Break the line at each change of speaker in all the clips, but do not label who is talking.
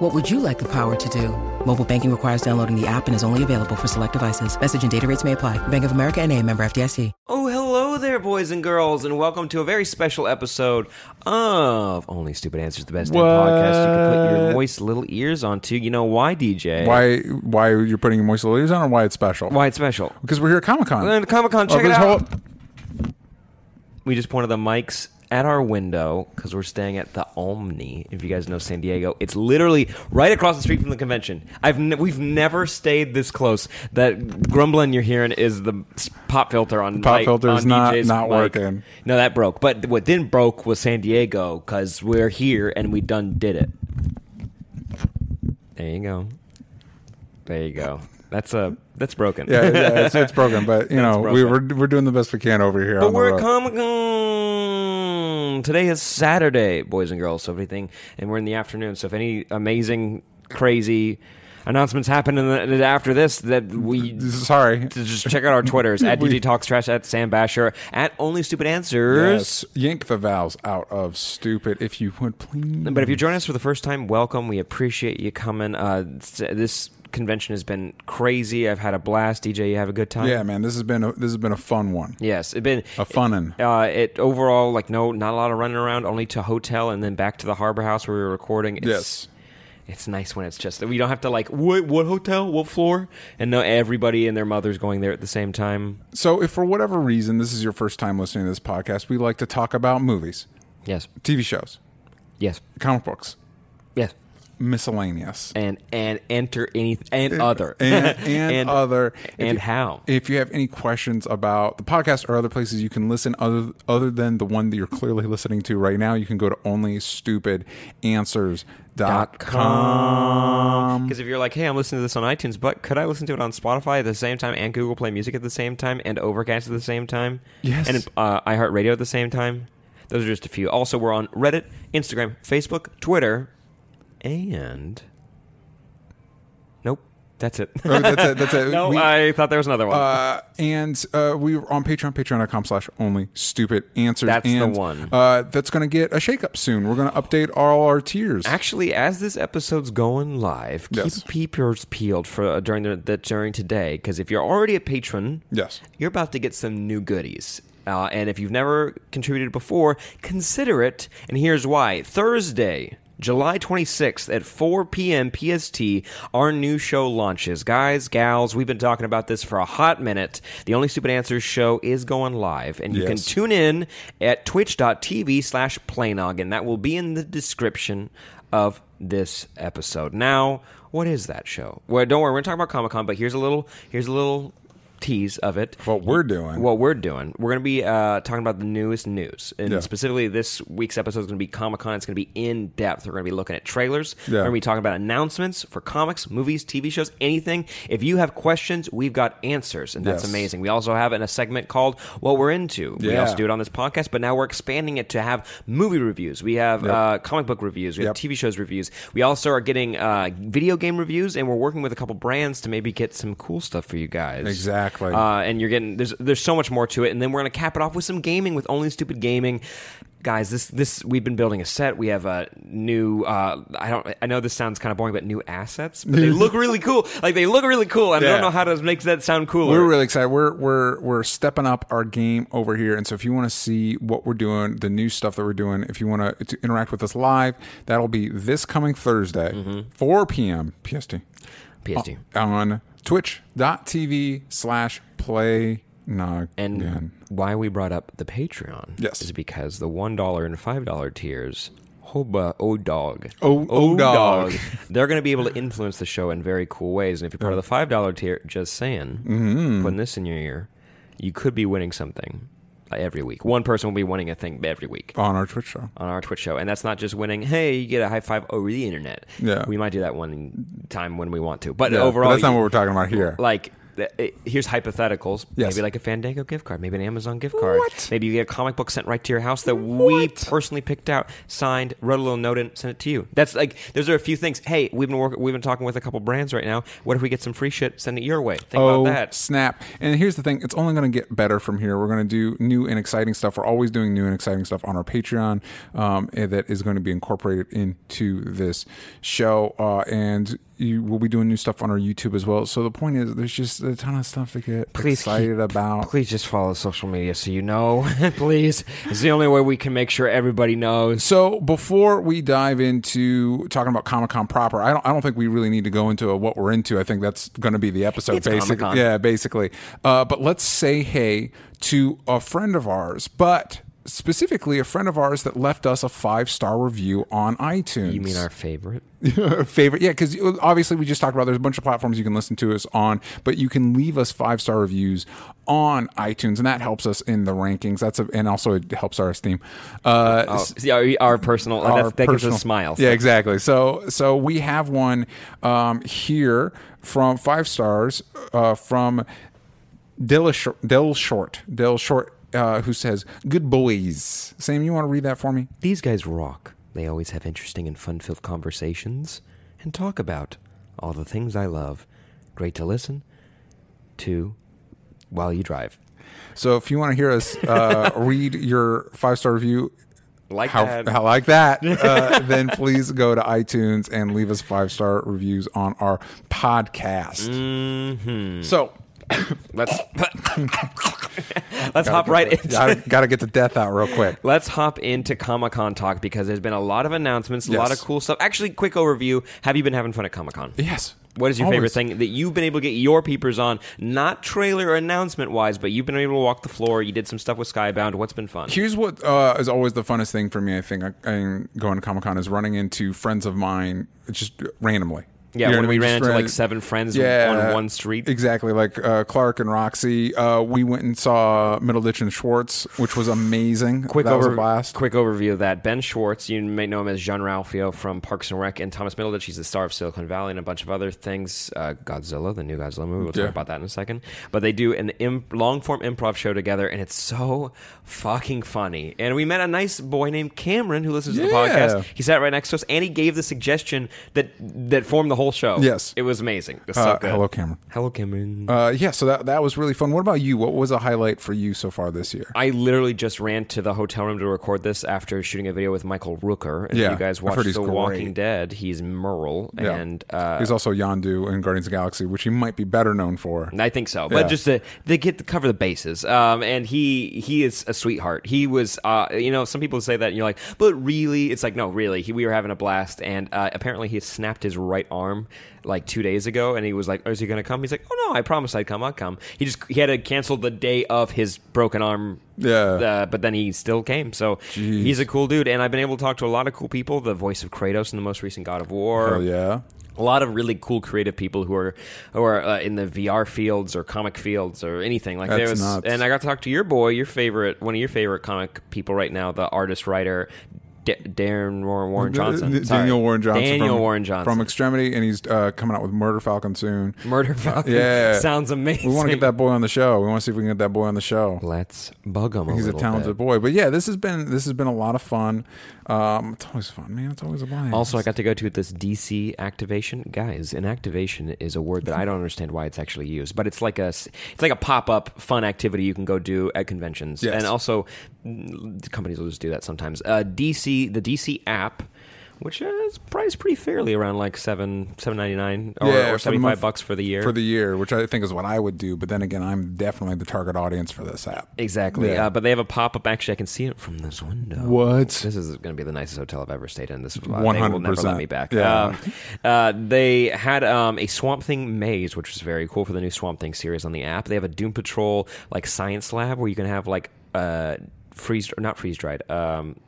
What would you like the power to do? Mobile banking requires downloading the app and is only available for select devices. Message and data rates may apply. Bank of America and a member FDIC.
Oh, hello there, boys and girls, and welcome to a very special episode of Only Stupid Answers, the best damn podcast you can put your
What?
moist little ears onto. You know why, DJ?
why why you're putting your moist layers on or why it's special
Why it's special?
because we're here at comic-con
We're at Comic-Con,
Oh,
check it
this
out. We just pointed the mics at our window because we're staying at the Omni. If you guys know San Diego, it's literally right across the street from the convention. I've ne- we've never stayed this close. That grumbling you're hearing is the s- pop filter on
pop
mic-
filter
on
is not-
DJ's
not
mic.
working.
No, that broke. But what didn't broke was San Diego because we're here and we done did it. There you go. There you go. That's a that's broken.
yeah, yeah, it's, it's broken but you know we, we're,
broken.
we're doing the best we can over here
But
on the
we're
road.
at Comic Con. Today is Saturday, boys and girls. So everything, and we're in the afternoon. So if any amazing, crazy announcements happen in the, after this, that we
sorry
just check out our Twitters at
We-
DG Talks Trash, at Sam Basher, at Only Stupid Answers.
yes. yank the vowels out of stupid if you would please
But if you're joining us for the first time, welcome. We appreciate you coming. Uh, s- this convention has been crazy. I've had a blast. DJ, you have a good time.
yeah man this has been a, this has been a fun one
Yes, it's been
a fun one
Uh, it overall like no, not a lot of running around. Only to hotel and then back to the harbor house where we were recording. It's,
yes
it's nice when it's just we don't have to like what what hotel, what floor, and no everybody and their mother's going there at the same time.
so if for whatever reason this is your first time listening to this podcast we like to talk about movies
Yes,
tv shows
yes,
comic books
yes,
miscellaneous
and and enter any and other
and, and, other If
and
you-
how.
If you have any questions about the podcast or other places you can listen other other than the one that you're clearly listening to right now, you can go to onlystupidanswers.com. Mm-hmm.
Because if you're like, hey, I'm listening to this on iTunes, but could I listen to it on Spotify at the same time and Google Play Music at the same time and Overcast at the same time?
Yes.
And uh, iHeartRadio at the same time? Those are just a few. Also, we're on Reddit, Instagram, Facebook, Twitter, and. Nope. That's it.
Oh, that's it. That's it.
no,
We-
I thought there was another one.
uh, and uh, we are on Patreon, patreon.com slash only stupid answers.
That's the
And,
one.
Uh, that's going to get a shakeup soon. We're going to update all our tiers.
Actually, as this episode's going live,
Yes.
keep peepers peeled for uh, during the, the during today. Because if you're already a patron,
yes.
you're about to get some new goodies. Uh, and if you've never contributed before, consider it. And here's why Thursday, July 26th at 4 p.m. PST, our new show launches. Guys, gals, we've been talking about this for a hot minute. The Only Stupid Answers show is going live, and you can
Yes.
tune in at twitch.tv slash playnoggin. That will be in the description of this episode. Now, what is that show? Well, don't worry, we're talking about Comic Con, but here's a little here's a little tease of it.
What we're doing.
What we're doing. We're going to be uh, talking about the newest news. And
Yeah.
specifically, this week's episode is going to be Comic Con. It's going to be in depth. We're going to be looking at trailers. We're
Yeah.
going to be talking about announcements for comics, movies, TV shows, anything. If you have questions, we've got answers. And that's
Yes.
amazing. We also have in a segment called What We're Into. We
Yeah.
also do it on this podcast, but now we're expanding it to have movie reviews. We have uh, comic book reviews. We have
Yep.
TV shows reviews. We also are getting uh, video game reviews, and we're working with a couple brands to maybe get some cool stuff for you guys.
Exactly.
Uh, and you're getting there's there's so much more to it, and then we're gonna cap it off with some gaming with only stupid gaming. Guys, this this we've been building a set. We have a new uh, I don't I know this sounds kind of boring, but new assets. But they look really cool. Like they look really cool, and I don't
Yeah.
know how to make that sound cooler.
We're really excited. We're we're we're stepping up our game over here. And so if you want to see what we're doing, the new stuff that we're doing, if you want to, to interact with us live, that'll be this coming Thursday,
Mm-hmm.
4 p.m. PST
PSD.
on twitch.tv slash play
And why we brought up the Patreon
Yes.
is because the one dollar and five dollar tiers, hoba o dog,
Oh, oh, dog.
they're going to be able to influence the show in very cool ways. And if you're part of the five dollar tier, just saying,
Mm-hmm.
putting this in your ear, you could be winning something uh, every week. One person will be winning a thing every week
on our Twitch show.
on our Twitch show, and that's not just winning. Hey, you get a high five over the internet.
Yeah.
we might do that one time when we want to, but
Yeah, but
overall,
that's not
you-
what we're talking about here.
like that- it- here's hypotheticals.
Yes.
Maybe like a Fandango gift card, maybe an Amazon gift card.
What?
Maybe you get a comic book sent right to your house that we
What?
personally picked out, signed, wrote a little note, and sent it to you. That's like those are a few things. Hey, we've been working, we've been talking with a couple brands right now. What if we get some free shit? Send it your way. Think
oh,
about that.
snap. And here's the thing it's only going to get better from here. We're going to do new and exciting stuff. We're always doing new and exciting stuff on our Patreon um, and that is going to be incorporated into this show. Uh, and you, we'll be doing new stuff on our YouTube as well. So the point is, there's just a ton of stuff to get
Please keep-
excited about.
Please just follow social media so you know. Please, it's the only way we can make sure everybody knows.
So before we dive into talking about Comic Con proper, I don't I don't think we really need to go into a, what we're into. I think that's going to be the episode.
It's
basic-
Comic-Con.
yeah, basically. Uh, but let's say hey to a friend of ours, but specifically a friend of ours that left us a five star review on iTunes.
You mean our favorite?
favorite? Yeah, because obviously we just talked about there's a bunch of platforms you can listen to us on, but you can leave us five star reviews on iTunes, and that helps us in the rankings. That's a, and also it helps our esteem. Uh,
Oh, see, our, our personal. that's-
our
that gives
personal-
us smiles.
Yeah, exactly. So so we have one um, here from five stars uh, from Dill Short. Dill Short. Dill Short. Uh, who says good boys? Sam, you want to read that for me?
These guys rock. They always have interesting and fun filled conversations and talk about all the things I love. Great to listen to while you drive.
So if you want to hear us uh, read your five star review,
Like
how,
that.
how like that, uh, then please go to iTunes and leave us five star reviews on our podcast.
Mm-hmm.
So
Let's let's hop right into
got to get the death out real quick.
Let's hop into Comic Con talk because there's been a lot of announcements, a lot of
Yes.
cool stuff. Actually, quick overview: Have you been having fun at Comic Con?
Yes.
What is your favorite
Always.
thing that you've been able to get your peepers on? Not trailer or announcement wise, but you've been able to walk the floor. You did some stuff with Skybound. What's been fun?
Here's what uh, is always the funnest thing for me. I think I, I going to Comic Con is running into friends of mine just randomly.
Yeah,
You know
when
what I
we
mean?
ran
Just
into, like, seven friends on one street.
exactly. Like uh, Clark and Roxy. Uh, we went and saw Middle Ditch and Schwartz, which was amazing.
quick
that
over,
was a blast.
Quick overview of that. Ben Schwartz, you may know him as Jean Ralphio from Parks and Rec, and Thomas Middleditch. He's the star of Silicon Valley and a bunch of other things. Uh, Godzilla, the new Godzilla movie. We'll
Yeah.
talk about that in a second. But they do an imp- long form improv show together, and it's so fucking funny. And we met a nice boy named Cameron who listens to the
Yeah.
podcast. He sat right next to us, and he gave the suggestion that that formed the whole show.
Yes.
it was amazing. It was so
Uh,
good.
hello, Cameron.
hello, Cameron.
Uh, yeah, so that that was really fun. What about you? What was a highlight for you so far this year?
I literally just ran to the hotel room to record this after shooting a video with Michael Rooker. And if
Yeah,
you guys
I've heard
watch The
he's great.
Walking Dead, he's Merle,
Yeah.
and uh,
He's also Yondu in Guardians of the Galaxy, which he might be better known for.
I think so. But
Yeah.
just to they get to cover the bases. Um, and he he is a sweetheart. He was, uh, you know, some people say that, and you're like, but really, it's like, no, really. He, we were having a blast, and uh, apparently he snapped his right arm like two days ago, and he was like, oh, is he gonna come? He's like, oh no, I promised I'd come. I'll come. He just he had to cancel the day of his broken arm.
Yeah.
Uh, but then he still came. So he's a cool dude, and I've been able to talk to a lot of cool people. The voice of Kratos in the most recent God of War
Hell yeah.
a lot of really cool creative people who are who are uh, in the VR fields or comic fields or anything like there
That's
was
nuts.
and I got to talk to your boy your favorite one of your favorite comic people right now the artist writer D- Darren Warren, Warren Johnson
Daniel
Sorry.
Warren Johnson.
Daniel
from,
Warren Johnson
From Extremity, and he's uh, coming out with Murder Falcon soon.
Murder Falcon
yeah.
sounds amazing
We want to get that boy on the show. We want to see if we can get that boy on the show.
let's bug him a
He's a
little bit.
talented boy, but yeah, this has been this has been a lot of fun. Um, it's always fun, man. It's always a blast.
Also, I got to go to this DC activation. Guys, an activation is a word that I don't understand why it's actually used, but it's like a s- it's like a pop up fun activity you can go do at conventions,
Yes.
and also mm, companies will just do that sometimes. Uh, DC, the DC app. Which is priced pretty fairly around like seven seven ninety nine or,
Yeah,
or
for the
seventy five
month-
bucks for the year
for the year, which I think is what I would do. But then again, I'm definitely the target audience for this app.
Exactly.
Yeah.
Uh, but they have a pop up. Actually, I can see it from this window.
What?
This is going to be the nicest hotel I've ever stayed in. This is why they will never let
100%.
me back.
Yeah.
Um, uh, they had um, a Swamp Thing maze, which was very cool for the new Swamp Thing series on the app. They have a Doom Patrol like science lab where you can have like uh, freeze or not freeze dried, um,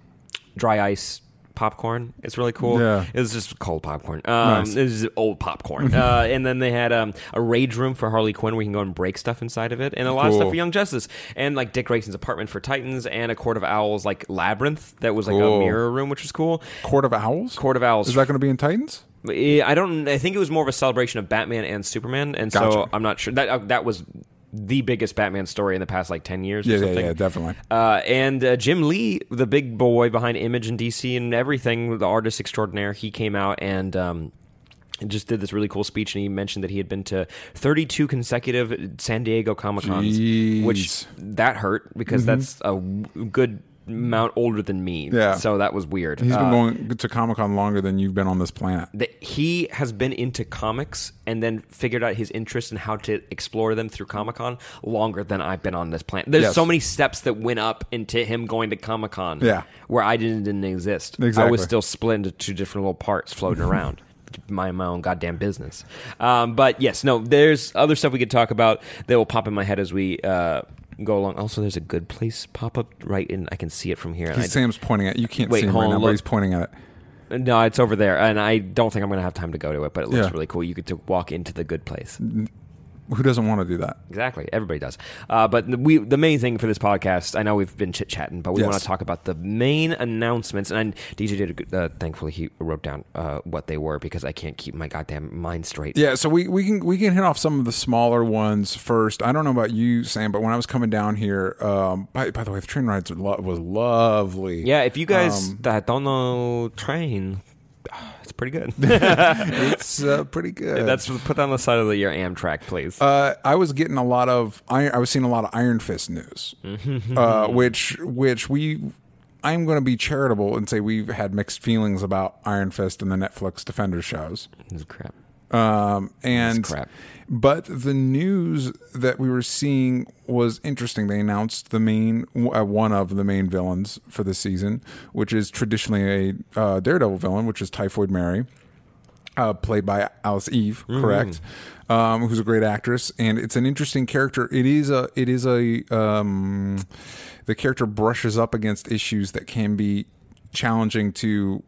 dry ice popcorn. It's really cool.
Yeah.
It was just cold popcorn. Um,
Nice.
It was old popcorn. uh, and then they had um, a rage room for Harley Quinn where you can go and break stuff inside of it, and a lot of stuff
Cool.
for young. Young Justice, and like Dick Grayson's apartment for Titans, and a Court of Owls like labyrinth that was like
Cool.
a mirror room, which was cool.
Court of Owls.
Court of Owls.
Is that going to be in Titans?
Eh, I don't. I think it was more of a celebration of Batman and Superman, and so
Gotcha.
I'm not sure that uh, that was the biggest Batman story in the past like ten years.
Yeah,
or
yeah,
something.
yeah, definitely.
Uh, and uh, Jim Lee, the big boy behind Image and DC and everything, the artist extraordinaire, he came out and. Um, just did this really cool speech, and he mentioned that he had been to 32 consecutive San Diego Comic Cons, which
Jeez. Mm-hmm.
that hurt because that's a w- good amount older than me.
Yeah.
So that was weird.
He's
Uh,
been going to Comic Con longer than you've been on this planet.
that he has been into comics and then figured out his interest and how to explore them through Comic Con longer than I've been on this planet. There's
Yes.
so many steps that went up into him going to Comic Con.
Yeah.
Where I didn't, didn't exist. I
Exactly.
was still split into two different little parts floating around. Mind my own goddamn business. Um, but yes, no, there's other stuff we could talk about that will pop in my head as we uh, go along. Also, there's a good place pop up right in. I can see it from here. and I
He's- Sam's pointing at you can't
Wait,
see him
hold
right
on,
now,
look.
but he's pointing at it.
No, it's over there, and I don't think I'm going to have time to go to it. But it looks
Yeah.
really cool. You could to walk into the good place.
Who doesn't want to do that?
Exactly, everybody does. Uh, but the- we, the main thing for this podcast, I know we've been chit chatting, but we
Yes.
want to talk about the main announcements. And DJ did, a good- uh, thankfully, he wrote down uh, what they were because I can't keep my goddamn mind straight.
Yeah, so we, we can we can hit off some of the smaller ones first. I don't know about you, Sam, but when I was coming down here, um, by, by the way, the train rides were lo- was lovely.
Yeah, if you guys
Um,
that don't know train, it's pretty good.
it's uh, pretty good.
That's put that on the side of the, your Amtrak, please.
uh, I was getting a lot of I, I was seeing a lot of Iron Fist news, uh, which which we I'm going to be charitable and say we've had mixed feelings about Iron Fist and the Netflix Defender shows.
This is crap.
Um, and
crap.
but the news that we were seeing was interesting. They announced the main uh, one of the main villains for the season, which is traditionally a uh, Daredevil villain, which is Typhoid Mary, uh, played by Alice Eve, correct? Um, who's a great actress, and it's an interesting character. It is a it is a um, the character brushes up against issues that can be challenging to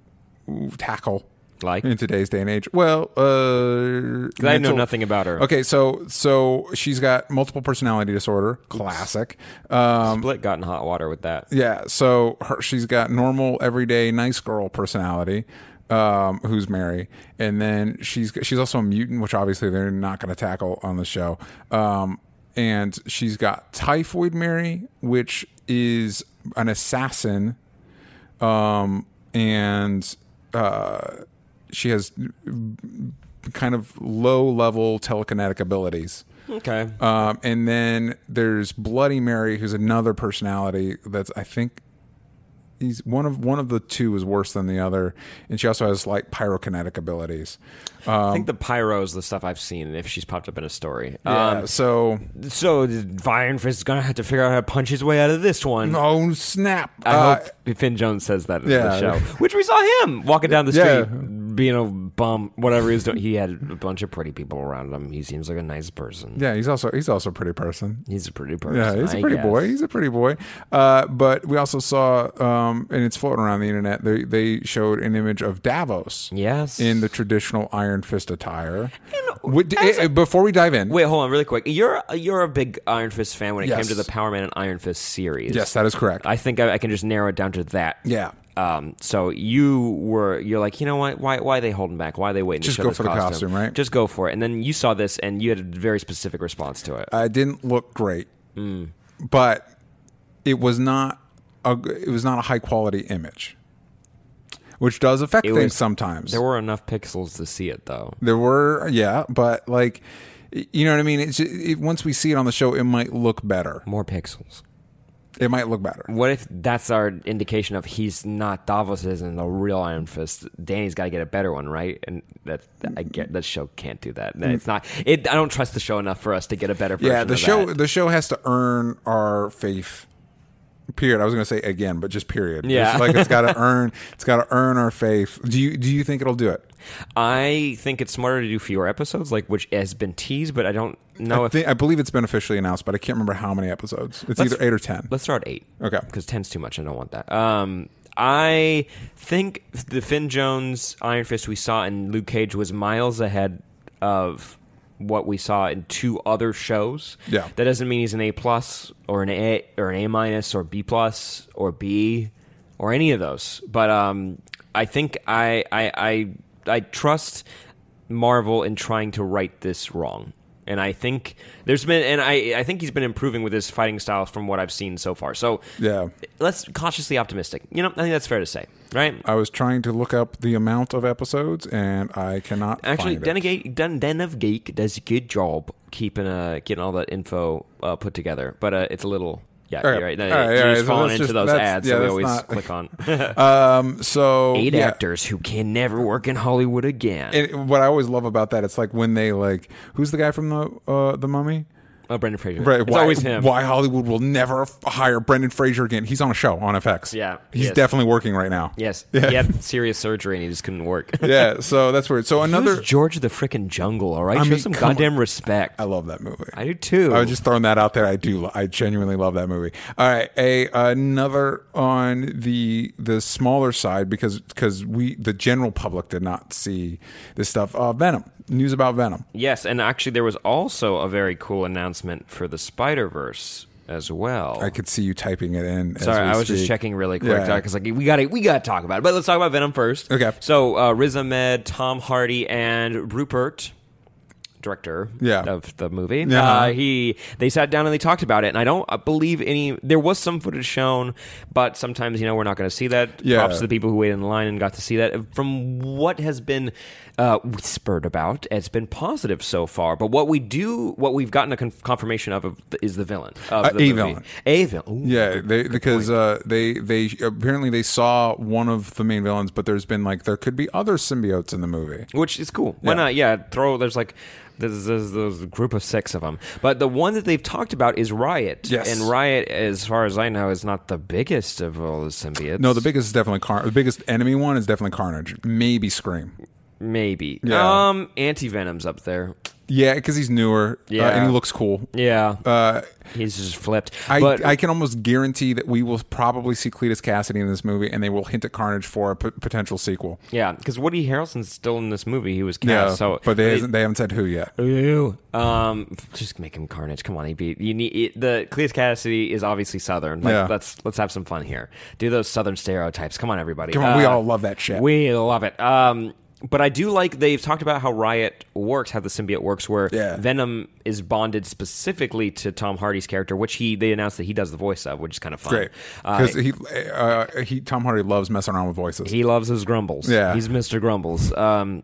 tackle
Like?
in today's day and age. Well, uh,
I know
mental-
nothing about her.
Okay, so so she's got multiple personality disorder, classic. Um,
Split got in hot water with that.
yeah, so her, she's got normal, everyday, nice girl personality. Um, who's Mary? And then she's she's also a mutant, which obviously they're not going to tackle on the show. Um, and she's got Typhoid Mary, which is an assassin um, and uh, she has kind of low level telekinetic abilities.
Okay.
Um, and then there's Bloody Mary, who's another personality that's I think he's one of one of the two is worse than the other, and she also has like pyrokinetic abilities.
I think the pyro is the stuff I've seen if she's popped up in a story.
Um, so
Um, so Iron Fist is gonna have to figure out how to punch his way out of this one.
oh snap!
I
Uh,
hope Finn Jones says that in the
yeah.
show, which we saw him walking down the street,
Yeah.
being a bum, whatever he was doing. He had a bunch of pretty people around him. He seems like a nice person.
yeah, he's also he's also a pretty person.
He's a pretty person.
Yeah, he's
I
a pretty
guess.
boy. He's a pretty boy. Uh, but we also saw, um, and it's floating around the internet. They they showed an image of Davos
Yes.
in the traditional Iron Fist attire.
And
Would-
as
eh, before we dive in,
Wait, hold on, really quick. You're you're a big Iron Fist fan when it came
Yes.
to the Power Man and Iron Fist series.
yes, that is correct.
I think I, I can just narrow it down to that.
Yeah.
Um, so you were you're like you know what why why are they holding back why are they waiting
Just
to show
go
this
for the costume, right?
just go for it and then you saw this and you had a very specific response to it
I didn't look great,
Hmm.
but it was not a it was not a high quality image, which does affect things
was-
sometimes.
there were enough pixels to see it though
There were, yeah, but like, y- you know what I mean. It's it, once we see it on the show, it might look better.
more pixels
It might look better.
what if that's our indication of he's not Davos isn't the real Iron Fist Danny's got to get a better one right and that I get that show can't do that it's not it I don't trust the show enough for us to get a better version
yeah the
of
show
that.
the show has to earn our faith period i was going to say again but just period
Yeah.
It's like it's got to earn it's got to earn our faith do you do you think it'll do it
I think it's smarter to do fewer episodes like which has been teased but I don't know
I,
if
think, I believe it's been officially announced but i can't remember how many episodes it's either 8 or 10
Let's start at eight.
Okay.
Because ten's too much. I don't want that. Um, I think the Finn Jones Iron Fist we saw in Luke Cage was miles ahead of what we saw in two other shows.
Yeah.
That doesn't mean he's an A plus or an A or an A minus or B plus or B or any of those. But um, I think I I. I I trust Marvel in trying to right this wrong. And I think there's been, and I, I think he's been improving with his fighting style from what I've seen so far. So
Yeah.
let's cautiously optimistic. You know, I think that's fair to say, right?
I was trying to look up the amount of episodes, and I cannot
Actually,
find it.
Denegate, Den, Den of Geek does a good job keeping uh getting all that info uh, put together, but uh, it's a little yeah,
All right.
you're right.
All
He's
right, all right. So
falling
that's
into
just-
those
that's-
ads,
yeah,
so we
that's
always
not-
click on
Um, so
eight
yeah.
actors who can never work in Hollywood again.
And what I always love about that, it's like when they like, who's the guy from the uh, the Mummy?
oh, Brendan Fraser,
Right,
It's
why,
always him.
Why Hollywood will never f- hire Brendan Fraser again? He's on a show on FX.
Yeah,
he's
yes.
definitely working right now.
Yes,
Yeah.
he had serious surgery and he just couldn't work.
yeah. So that's weird. So another,
Who's George of the frickin' jungle? All right,
I
show
mean,
some
come on.
goddamn respect.
I love that movie.
I do too.
I was just throwing that out there. I do. I genuinely love that movie. All right, a another on the the smaller side because because we the general public did not see this stuff. Uh, Venom news about Venom.
yes, and actually, there was also a very cool announcement for the Spider Verse as well.
I could see you typing it in. as
Sorry,
we
I was just
speak.
checking really quick
Yeah.
because like we got to we got to talk about it. But let's talk about Venom first.
Okay.
So uh, Riz Ahmed, Tom Hardy, and Rupert, director
Yeah.
of the movie,
Yeah.
uh, he they sat down and they talked about it. And I don't uh, believe any. There was some footage shown, but sometimes you know we're not going to see that.
Yeah.
Props to the people who waited in line and got to see that. From what has been uh, whispered about, it's been positive so far. But what we do, what we've gotten a con- confirmation of, of the- is the villain of the
Uh, a
movie.
villain.
A villain. Ooh,
Yeah, they because uh, they they apparently they saw one of the main villains, but there's been like there could be other symbiotes in the movie.
which is cool. Why
Yeah.
not? Yeah, throw. There's like there's, there's, there's a group of six of them, but the one that they've talked about is Riot.
Yes.
and Riot, as far as I know, is not the biggest of all the symbiotes.
No, the biggest is definitely Carnage. The biggest enemy one is definitely Carnage. Maybe Scream.
maybe.
Yeah.
Um, Anti Venom's up there.
Yeah, because he's newer. uh,
Yeah.
and he looks cool.
Yeah,
Uh,
he's just flipped.
I,
but
I can almost guarantee that we will probably see Cletus Cassidy in this movie, and they will hint at Carnage for a p- potential sequel.
yeah, because Woody Harrelson's still in this movie. He was cast.
Yeah,
so
but they, hasn't- they haven't said who yet.
Ew. Um, just make him Carnage. Come on, AB. You need it, the Cleus Cassidy is obviously Southern. Like,
Yeah.
Let's let's have some fun here. Do those Southern stereotypes. Come on, everybody. Uh,
Come on, we all love that shit.
We love it. Um, but I do like they've talked about how Riot works, how the symbiote works, where
Yeah.
Venom is bonded specifically to Tom Hardy's character, which he they announced that he does the voice of, which is kind of fun.
Great,
Uh,
because he, uh, he Tom Hardy loves messing around with voices.
he loves his grumbles.
Yeah.
he's Mr. Grumbles. Um,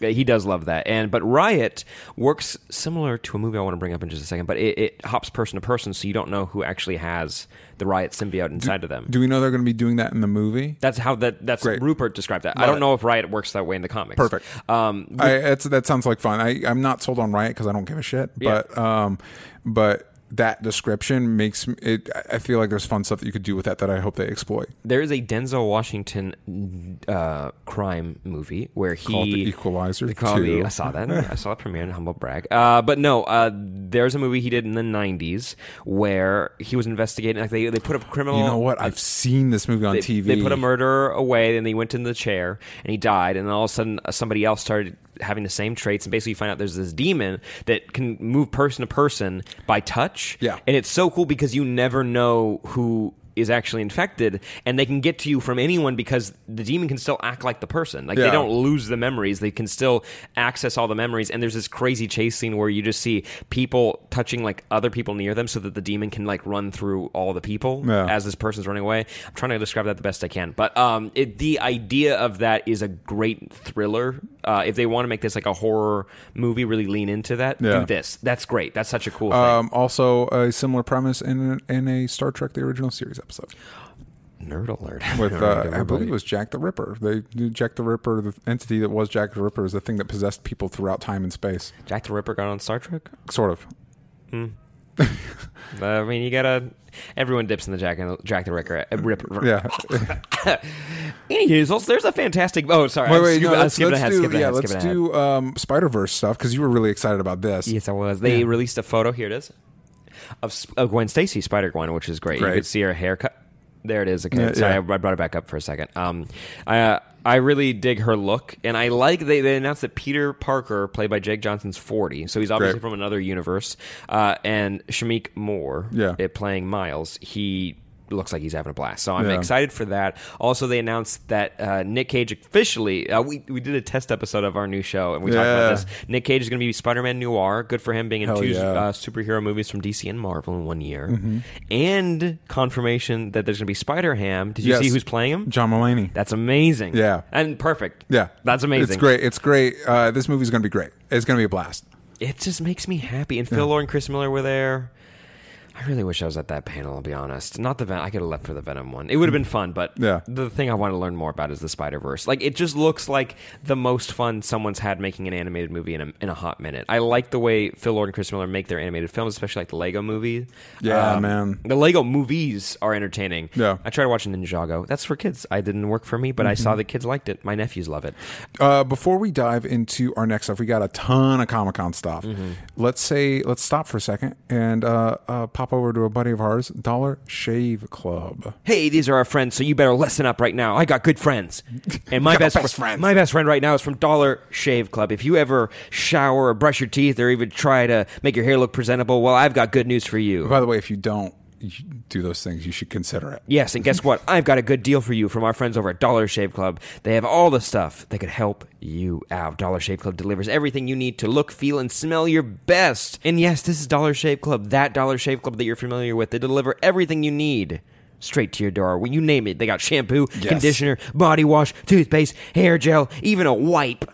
he does love that. And but Riot works similar to a movie I want to bring up in just a second, but it, it hops person to person, so you don't know who actually has the Riot symbiote inside of them.
Do we know they're going to be doing that in the movie?
that's how that that's
Great.
Rupert described that. I
Love
don't
it.
know if Riot works that way in the comics.
Perfect.
Um,
I, that's, that sounds like fun. I, I'm not sold on Riot because I don't give a shit.
Yeah.
But um, but that description makes m- it. I feel like there's fun stuff that you could do with that that I hope they exploit.
there is a Denzel Washington uh, crime movie where he
Called The Equalizer
They call it the-
2.
I saw that. I saw it premiere in humble brag. Uh, but no, uh, there's a movie he did in the '90s where he was investigating. Like they, they put a criminal.
You know what? I've seen this movie on
they,
TV.
they put a murderer away, then they went in the chair and he died, and then all of a sudden uh, somebody else started having the same traits, and basically you find out there's this demon that can move person to person by touch.
Yeah.
and it's so cool because you never know who is actually infected, and they can get to you from anyone because the demon can still act like the person. Like they
Yeah.
don't lose the memories; they can still access all the memories. And there's this crazy chase scene where you just see people touching like other people near them, so that the demon can like run through all the people
Yeah.
as this person's running away. I'm trying to describe that the best I can, but um, it, the idea of that is a great thriller. Uh, if they want to make this like a horror movie, really lean into that.
Yeah.
Do this. That's great. That's such a cool
Um, also, a similar premise in in a Star Trek: The Original Series episode
thing. Nerd alert.
with
Nerd
uh,
alert,
I believe
everybody.
it was Jack the Ripper. They Jack the Ripper, the entity that was Jack the Ripper, is the thing that possessed people throughout time and space.
Jack the Ripper got on Star Trek.
Sort of.
Uh, I mean, you gotta. Everyone dips in the Jack and Jack the Ripper. Uh, Ripper.
Yeah.
Anywho, so there's a fantastic. Oh, sorry.
wait,
I'm
wait.
skipping-
No,
I'm
let's,
skipping
let's
ahead,
do
skipping
yeah.
ahead,
Let's
skipping ahead.
do um, Spider Verse stuff because you were really excited about this.
Yes, I was. They released a photo. Here it is of, Sp- of Gwen Stacy, Spider Gwen, which is great.
Great.
You could see her haircut. There it is. Okay,
Yeah,
sorry,
yeah.
I I brought it back up for a second. Um, I uh, I really dig her look, and I like they, they announced that Peter Parker, played by Jake Johnson's forty, so he's obviously
Great.
from another universe, uh, and Shamik Moore,
Yeah.
eh, playing Miles, he. looks like he's having a blast. So I'm
Yeah.
excited for that. Also, they announced that uh, Nick Cage officially. Uh, we we did a test episode of our new show, and we talked about
Yeah.
this. Nick Cage is going to be Spider-Man Noir. Good for him being in
Hell
two
yeah. Mm-hmm.
uh, superhero movies from DC and Marvel in one year, and confirmation that there's going to be Spider Ham. Did you
Yes.
see who's playing him?
John Mulaney.
That's amazing.
Yeah.
and perfect.
Yeah,
that's amazing.
It's great. It's great. Uh, this movie's going to be great. It's going to be a blast.
It just makes me happy. And Phil Lord and Chris Miller were there. I really wish I was at that panel. I'll be honest. Not the Ven- I could have left for the Venom one. It would have been fun, but
Yeah.
the thing I want to learn more about is the Spider Verse. Like it just looks like the most fun someone's had making an animated movie in a, in a hot minute. I like the way Phil Lord and Chris Miller make their animated films, especially like the Lego movie. Um,
Yeah, man.
The Lego movies are entertaining.
Yeah. Mm-hmm.
I tried watching Ninjago. That's for kids. I didn't work for me, but I saw the kids liked it. My nephews love it.
Uh, before we dive into our next stuff, we got a ton of Comic Con stuff.
Mm-hmm.
Let's say let's stop for a second and uh, uh, pop over to a buddy of ours, Dollar Shave Club.
hey, these are our friends, so you better listen up right now. I got good friends, and my
Got
best,
best
fri-
friends.
my best friend right now is from Dollar Shave Club. If you ever shower or brush your teeth or even try to make your hair look presentable, well, I've got good news for you.
By the way, if you don't you do those things, you should consider it.
Yes, and guess what? I've got a good deal for you from our friends over at Dollar Shave Club. They have all the stuff that could help you out. Dollar Shave Club delivers everything you need to look, feel, and smell your best. And yes, this is Dollar Shave Club, that Dollar Shave Club that you're familiar with. They deliver everything you need straight to your door. When you name it, they got shampoo, conditioner, body wash, toothpaste, hair gel, even a wipe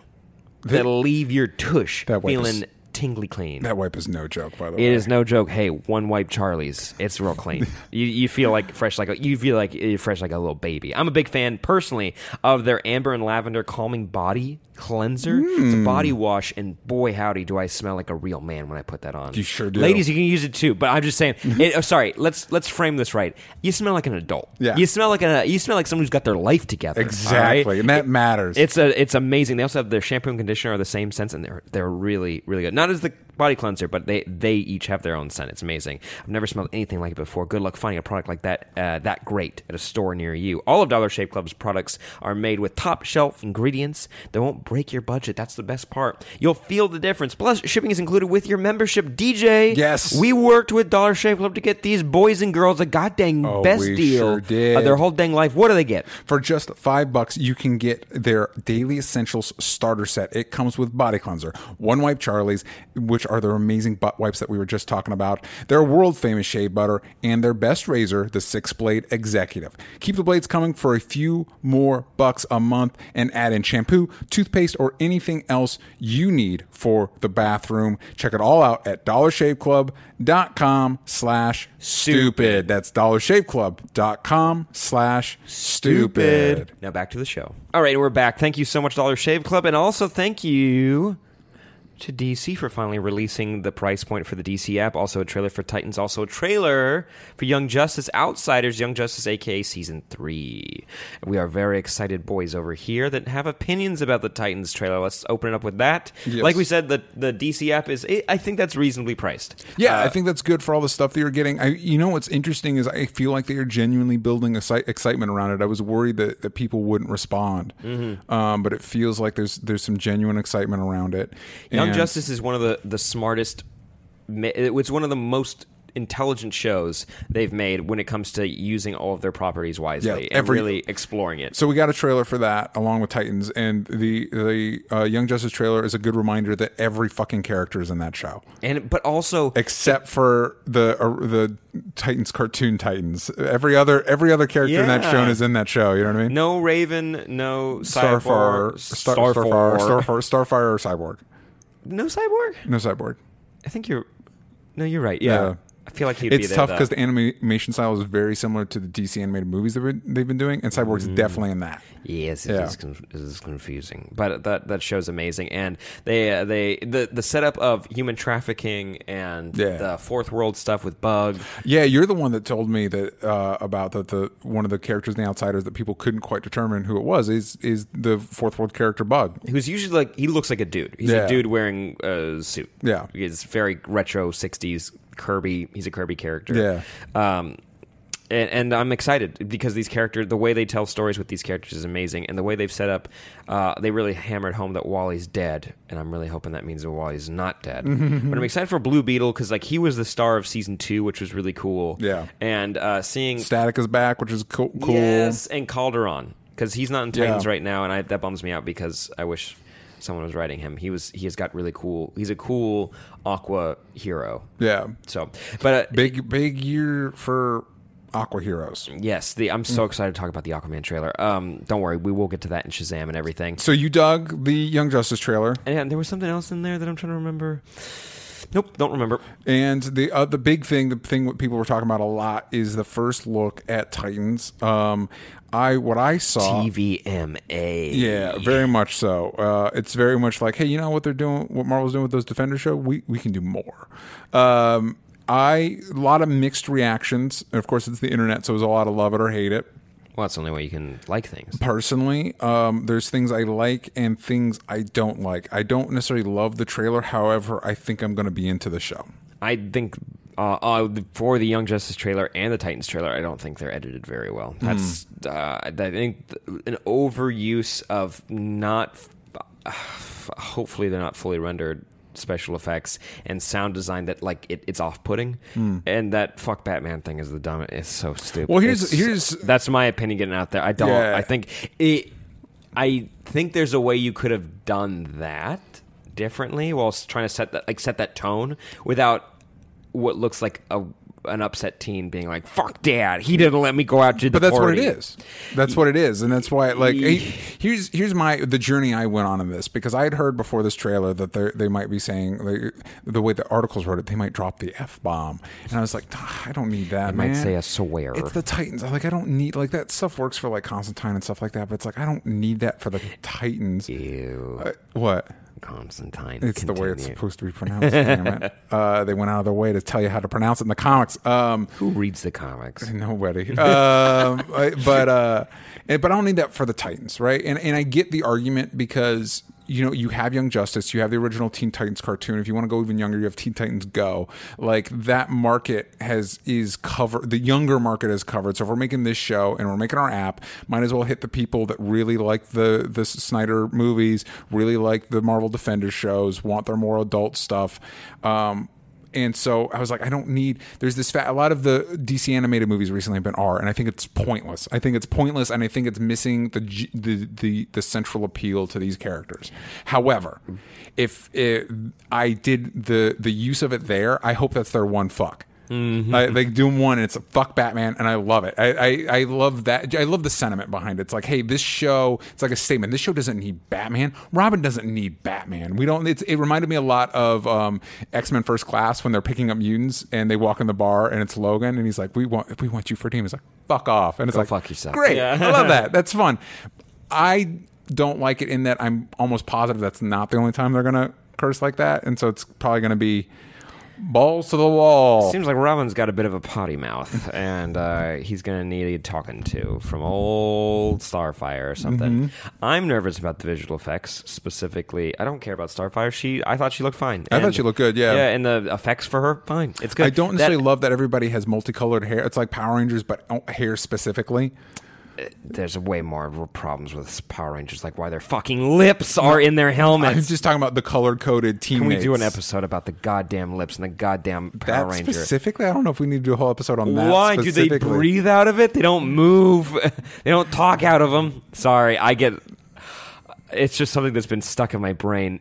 that'll leave your tush
That wipe is-
feeling tingly clean.
That wipe is no joke, by the way.
It is no joke. Hey, one wipe Charlie's. It's real clean. you you feel like fresh like a, you feel like you're fresh like a little baby. I'm a big fan personally of their amber and lavender calming body cleanser. It's a body
Hmm.
wash, and boy howdy, do I smell like a real man when I put that on.
You sure do.
ladies. You can use it too, but I'm just saying. It, oh, sorry, let's let's frame this right. You smell like an adult.
Yeah.
You smell like a you smell like someone who's got their life together. all right?
Exactly, and that matters.
It's a it's amazing. They also have their shampoo and conditioner are the same scents, and they're they're really really good. Not as the body cleanser, but they they each have their own scent. It's amazing. I've never smelled anything like it before. Good luck finding a product like that uh, that great at a store near you. All of Dollar Shave Club's products are made with top shelf ingredients. They won't break your budget. That's the best part. You'll feel the difference. Plus, shipping is included with your membership. DJ,
Yes.
we worked with Dollar Shave Club to get these boys and girls a goddamn
Oh,
best
we
deal
sure did.
of their whole dang life. What do they get?
For just five bucks, you can get their daily essentials starter set. It comes with body cleanser, one wipe Charlie's, which are their amazing butt wipes that we were just talking about, their world famous shea butter, and their best razor, the six blade executive. Keep the blades coming for a few more bucks a month and add in shampoo, toothpaste, or anything else you need for the bathroom. Check it all out at dollarshaveclub.com slash stupid. That's dollarshaveclub.com slash stupid.
Now back to the show. All right, we're back. Thank you so much, Dollar Shave Club, and also thank you to DC for finally releasing the price point for the DC app. Also a trailer for Titans. Also a trailer for Young Justice Outsiders. Young Justice, aka season three. We are very excited, boys over here that have opinions about the Titans trailer. Let's open it up with that.
Yes.
Like we said, the the DC app is. I think that's reasonably priced. Uh,
Yeah, I think that's good for all the stuff that you're getting. I, you know, what's interesting is I feel like they are genuinely building a site, excitement around it. I was worried that, that people wouldn't respond,
Mm-hmm.
um, but it feels like there's there's some genuine excitement around it.
Young
And-
Justice is one of the the smartest. ma- It's one of the most intelligent shows they've made when it comes to using all of their properties wisely
Yeah,
and
every-
really exploring it.
So we got a trailer for that along with Titans, and the the uh, Young Justice trailer is a good reminder that every fucking character is in that show,
and but also
except for the uh, the Titans cartoon Titans. Every other every other character in that show
Yeah.
is in that show. You know what I mean?
no Raven, no
Starfire,
Cyborg,
Star, Starfire, Starfire, Starfire, or Cyborg.
no Cyborg.
No Cyborg.
I think you're. No, you're right. Yeah,
Yeah.
I feel like he'd be
It's
there.
tough
though.
because the animation style is very similar to the DC animated movies that we- they've been doing, and Cyborg's
Mm.
definitely in that.
Yes, it is
Yeah.
con- it is confusing, but that that show's amazing, and they uh, they the the setup of human trafficking and
Yeah.
the fourth world stuff with Bug.
Yeah, you're the one that told me that uh, about that the one of the characters in The Outsiders that people couldn't quite determine who it was is is the fourth world character Bug.
who's usually like he looks like a dude. He's a
Yeah.
dude wearing a suit.
Yeah.
he's very retro '60s Kirby. He's a Kirby character.
Yeah.
Um, and, and I'm excited because these characters, the way they tell stories with these characters is amazing, and the way they've set up, uh, they really hammered home that Wally's dead, and I'm really hoping that means that Wally's not dead. but I'm excited for Blue Beetle because like he was the star of season two, which was really cool.
Yeah.
and uh, seeing
Static is back, which is cool. cool.
yes, and Calderon because he's not in Titans
Yeah.
right now, and I, that bums me out because I wish someone was writing him. He was he has got really cool. He's a cool Aqua hero.
Yeah.
So, but uh,
Big big year for Aqua Heroes.
Yes, the I'm so excited to talk about the Aquaman trailer. Um, don't worry, we will get to that in Shazam and everything.
So you dug the Young Justice trailer,
And there was something else in there that I'm trying to remember. Nope, don't remember.
and the uh, the big thing, the thing what people were talking about a lot is the first look at Titans. Um, I what I saw.
TVMA.
Uh, Yeah, very much so. Uh, it's very much like, hey, you know what they're doing, what Marvel's doing with those Defender show? We we can do more. Um, I a lot of mixed reactions. And of course, it's the internet, so it was a lot of love it or hate it.
Well, that's the only way you can like things.
Personally, um, there's things I like and things I don't like. I don't necessarily love the trailer. However, I think I'm going to be into the show.
I think uh, uh, for the Young Justice trailer and the Titans trailer, I don't think they're edited very well.
Hmm.
That's uh, I think th- an overuse of not. f- hopefully, they're not fully rendered special effects and sound design that like it, it's off-putting and that fuck batman thing is the dumbest it's so stupid
Hmm. Well, here's-
It's-
here's-
that's my opinion getting out there i don't
Yeah.
i think it i think there's a way you could have done that differently while s- trying to set that like set that tone without what looks like a an upset teen being like, "Fuck dad, he didn't let me go out to the
But that's
party."
what it is. That's what it is, and that's why. Like,
Ye-
hey, here's here's my the journey I went on in this because I had heard before this trailer that they they might be saying like, the way the articles wrote it, they might drop the f bomb, and I was like, "Nah, I don't need that.
might
man.
say a swear.
It's the Titans. I'm Like, I don't need like that stuff works for like Constantine and stuff like that, but it's like I don't need that for the Titans.
Ew,
Uh, what?
Constantine.
It's the way it's
continue.
supposed to be pronounced. damn it. Uh, they went out of their way to tell you how to pronounce it in the comics. Um,
Who reads the comics?
Nobody. um, I- but uh, and- but I don't need that for the Titans, right? And and I get the argument because you know you have Young Justice, you have the original Teen Titans cartoon. If you want to go even younger, you have Teen Titans Go. Like that market has is covered. The younger market is covered. So if we're making this show and we're making our app, might as well hit the people that really like the the Snyder movies, really like the Marvel Defender shows, want their more adult stuff. Um, and so I was like, I don't need. There's this fat. A lot of the DC animated movies recently have been R, and I think it's pointless. I think it's pointless, and I think it's missing the g- the the, the central appeal to these characters. However, if it, I did the the use of it there, I hope that's their one fuck. I, like Doom One, and it's a fuck Batman, and I love it. I, I I love that. I love the sentiment behind it. It's like, hey, this show. It's like a statement. This show doesn't need Batman. Robin doesn't need Batman. We don't. It's, it reminded me a lot of um, X Men First Class when they're picking up mutants and they walk in the bar and it's Logan and he's like, we want we want you for a team. He's like, fuck off, and it's like,
fuck yourself.
Great, I love that. That's fun. I don't like it in that I'm almost positive that's not the only time they're gonna curse like that, and so it's probably gonna be. Balls to the wall.
Seems like Robin's got a bit of a potty mouth, and uh, he's going to need a talking to from old Starfire or something.
Mm-hmm.
I'm nervous about the visual effects specifically. I don't care about Starfire. She, I thought she looked fine.
I thought she looked good, yeah.
yeah, and the effects for her, fine. It's good.
I don't
That-
necessarily love that everybody has multicolored hair. It's like Power Rangers, but oh, hair specifically.
there's way more problems with Power Rangers, like why their fucking lips are in their
I'm
helmets.
just talking about the color coded teammates.
Can we do an episode about the goddamn lips and the goddamn Power
that
Ranger?
specifically? I don't know if we need to do a whole episode on that.
Why do they
specifically.
breathe out of it? They don't move. they don't talk out of them. Sorry, I get. It's just something that's been stuck in my brain.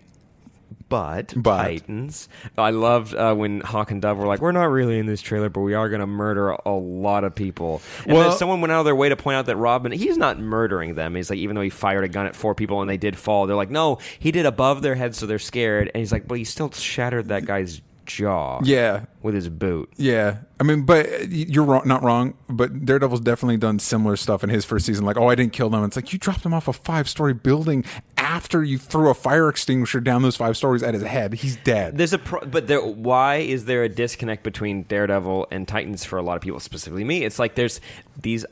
But,
But.
Titans, I loved uh, when Hawk and Dove were like, "We're not really in this trailer, but we are going to murder a lot of people." And
Well-
then someone went out of their way to point out that Robin, he's not murdering them. He's like, even though he fired a gun at four people and they did fall, they're like, "No, he did above their heads, so they're scared." And he's like, "But he still shattered that guy's jaw,
Yeah.
with his boot."
Yeah, I mean, but you're wrong, not wrong. But Daredevil's definitely done similar stuff in his first season. Like, oh, I didn't kill them. It's like you dropped him off a five story building after you threw a fire extinguisher down those five stories at his head. He's dead.
There's a pro- but there why is there a disconnect between Daredevil and Titans for a lot of people specifically me? It's like there's these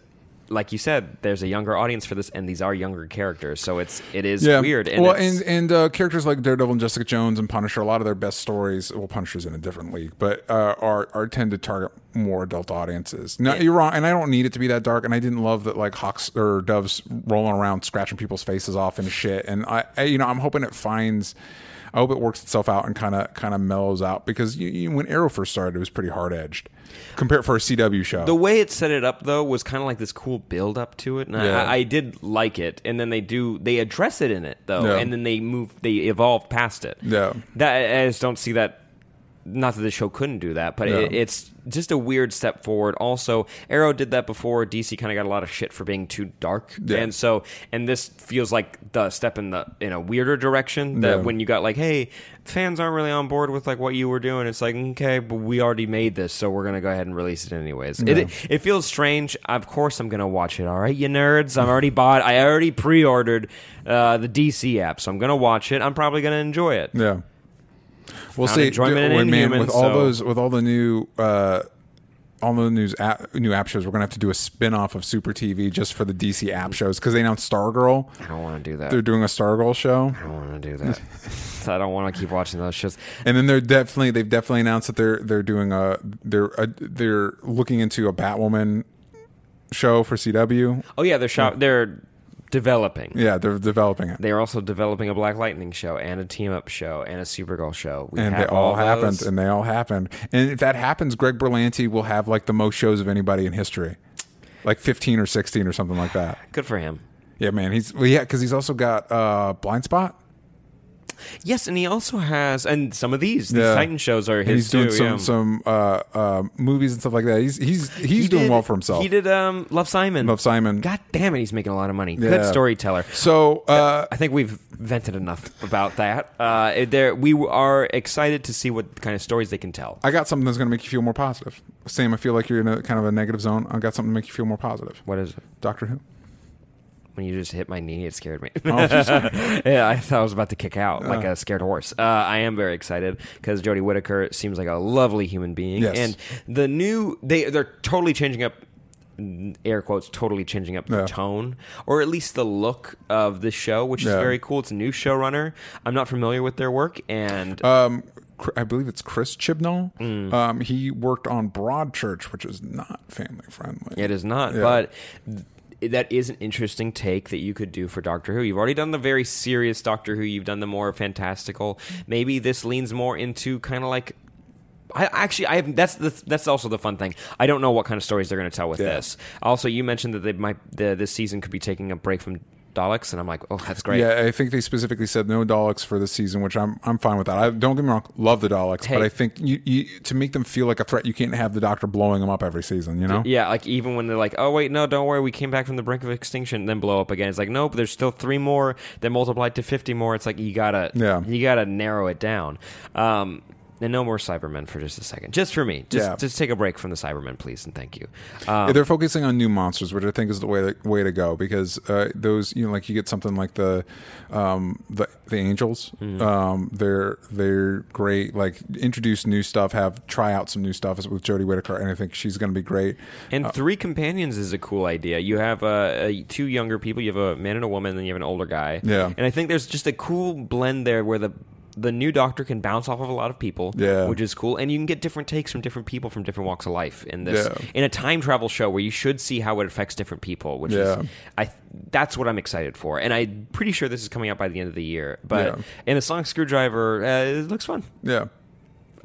like you said, there's a younger audience for this, and these are younger characters, so it's it is
yeah.
weird. And
well,
it's-
and and uh, characters like Daredevil and Jessica Jones and Punisher, a lot of their best stories, well, Punisher's in a different league, but uh, are are tend to target more adult audiences. No, you're wrong, and I don't need it to be that dark. And I didn't love that like hawks or doves rolling around scratching people's faces off and shit. And I, I you know, I'm hoping it finds. I hope it works itself out and kind of kind of mellows out because you, you, when Arrow first started, it was pretty hard edged compared for a CW show.
the way it set it up though was kind of like this cool build up to it, and I-
Yeah.
I, I did like it. And then they do they address it in it though,
Yeah.
and then they move they evolve past it.
Yeah.
that I just don't see that. Not that the show couldn't do that, but it,
Yeah.
it's just a weird step forward. Also, Arrow did that before. DC kind of got a lot of shit for being too dark,
Yeah.
and so and this feels like the step in the in a weirder direction. That
Yeah.
when you got like, hey, fans aren't really on board with like what you were doing. It's like okay, but we already made this, so we're gonna go ahead and release it anyways. It it feels strange. Of course, I'm gonna watch it. All right, you nerds. I'm already bought. I already pre-ordered uh, the DC app, so I'm gonna watch it. I'm probably gonna enjoy it.
Yeah. We'll
Found
see.
enjoyment
Dude,
in
when, man,
Inhumans,
with all
so-
those, with all the new, uh, all the news app, new app shows, we're gonna have to do a spin off of Super TV just for the DC app shows because they announced Stargirl.
I don't want to do that.
They're doing a Stargirl show,
I don't want to do that. I don't want to keep watching those shows.
and then they're definitely they've definitely announced that they're they're doing a they're a, they're looking into a Batwoman show for CW.
Oh yeah, they're shop. They're developing.
Yeah, they're developing it,
They are also developing a Black Lightning show and a team up show and a Supergirl show. We
and they
have
all happened,
those.
and they all happened. And if that happens, Greg Berlanti will have like the most shows of anybody in history, like fifteen or sixteen or something like that.
Good for him.
Yeah, man. He's well, yeah, because he's also got uh, blind spot.
Yes, and he also has and some of these these
Yeah.
Titan shows are
And
his
he's doing
too.
some
yeah.
some uh, uh, movies and stuff like that. He's he's he's
He
doing
did-
well for himself.
He did um, Love Simon.
Love Simon.
God damn it, he's making a lot of money.
Yeah.
Good storyteller.
So uh,
I think we've vented enough about that. Uh, there, we are excited to see what kind of stories they can tell.
I got something that's going to make you feel more positive. Sam, I feel like you're in a kind of a negative zone. I got something to make you feel more positive.
What is it?
Doctor Who.
When you just hit my knee, it scared me. yeah, I thought I was about to kick out like a scared horse. Uh, I am very excited because Jodie Whittaker seems like a lovely human being,
Yes.
and the new they they're totally changing up. Air quotes, totally changing up the
Yeah.
tone, or at least the look of the show, which is
Yeah.
very cool. It's a new showrunner. I'm not familiar with their work, and
Um, Cr- I believe it's Chris Chibnall. Um, he worked on Broadchurch, which is not family friendly.
It is not,
Yeah.
but th- that is an interesting take that you could do for Doctor Who. You've already done the very serious Doctor Who. You've done the more fantastical. Maybe this leans more into kind of like. I actually, I have. That's the, that's also the fun thing. I don't know what kind of stories they're going to tell with
Yeah.
this. Also, you mentioned that they might the, this season could be taking a break from Daleks, and I'm like, oh, that's great.
Yeah, I think they specifically said no Daleks for this season, which I'm I'm fine with that. I don't get me wrong, love the Daleks,
Hey.
but I think you, you to make them feel like a threat, you can't have the Doctor blowing them up every season. You know,
Yeah, like even when they're like, "Oh wait, no, don't worry, we came back from the brink of extinction," then blow up again. It's like, nope, there's still three more. Then multiplied to fifty more. It's like you gotta,
Yeah.
you gotta narrow it down. Um, and no more Cybermen for just a second, just for me. Just,
Yeah.
just take a break from the Cybermen, please, and thank you. Um,
Yeah, they're focusing on new monsters, which I think is the way way to go because uh, those you know like you get something like the um, the the angels, um, they're they're great. Like introduce new stuff, have try out some new stuff with Jodie Whittaker, and I think she's going to be great.
and three companions is a cool idea. You have uh, uh, two younger people. You have a man and a woman, and then you have an older guy.
Yeah.
And I think there's just a cool blend there where the the new doctor can bounce off of a lot of people,
Yeah.
which is cool, and you can get different takes from different people from different walks of life in this
Yeah.
in a time travel show where you should see how it affects different people, which
Yeah.
is I that's what I'm excited for, and I'm pretty sure this is coming out by the end of the year. But
Yeah.
and the song Screwdriver, uh, it looks fun.
Yeah,
Uh,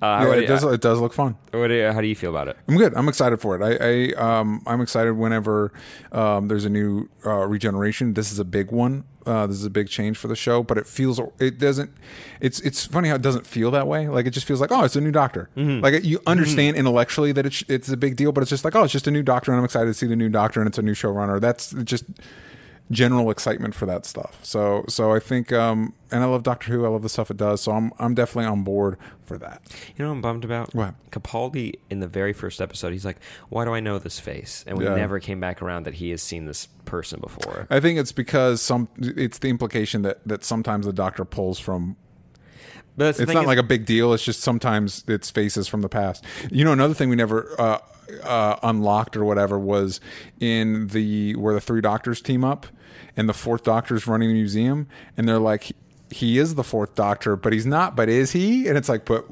yeah,
what do
it
you-
does it does look fun.
what do you- how do you feel about it?
I'm good. I'm excited for it. I, I um, I'm excited whenever um, there's a new uh, regeneration. This is a big one. Uh, this is a big change for the show, but it feels it doesn't. It's it's funny how it doesn't feel that way. Like it just feels like oh, it's a new doctor. Like you understand intellectually that it's it's a big deal, but it's just like oh, it's just a new doctor, and I'm excited to see the new doctor, and it's a new showrunner. That's just general excitement for that stuff. So so I think um, and I love Doctor Who. I love the stuff it does. So I'm I'm definitely on board for that.
You know what I'm bummed about?
What?
Capaldi in the very first episode, he's like, Why do I know this face? And we
Yeah.
never came back around that he has seen this person before.
I think it's because some it's the implication that that sometimes the doctor pulls from
But that's the
it's
thing
not
is-
like a big deal it's just sometimes it's faces from the past. You know another thing we never uh uh, unlocked or whatever was in the where the three doctors team up, and the fourth doctor's running the museum, and they're like, he is the fourth doctor, but he's not. But is he? And it's like, but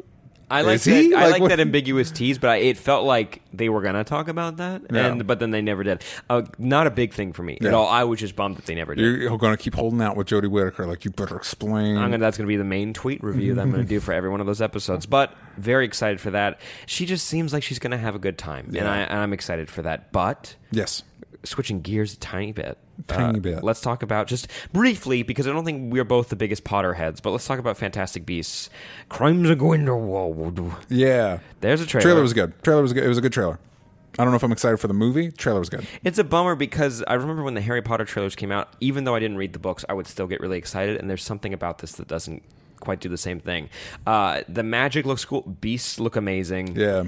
I like
is he?
that. I like
what-
that ambiguous tease, but I, it felt like they were gonna talk about that,
Yeah.
and but then they never did. Uh, not a big thing for me at
Yeah.
all. I was just bummed that they never did.
You're going to keep holding out with Jodie Whittaker. Like you better explain.
I'm gonna, that's going to be the main tweet review that I'm going to do for every one of those episodes. But very excited for that. She just seems like she's going to have a good time, and, I, and I'm excited for that. But
yes.
switching gears a tiny bit. Uh,
Tiny bit.
Let's talk about just briefly because I don't think we're both the biggest Potter heads, but let's talk about Fantastic Beasts: Crimes of Grindelwald.
Yeah.
There's a trailer.
Trailer was good. Trailer was good. It was a good trailer. I don't know if I'm excited for the movie. Trailer was good.
It's a bummer because I remember when the Harry Potter trailers came out, even though I didn't read the books, I would still get really excited. And there's something about this that doesn't quite do the same thing. Uh, the magic looks cool. Beasts look amazing.
Yeah.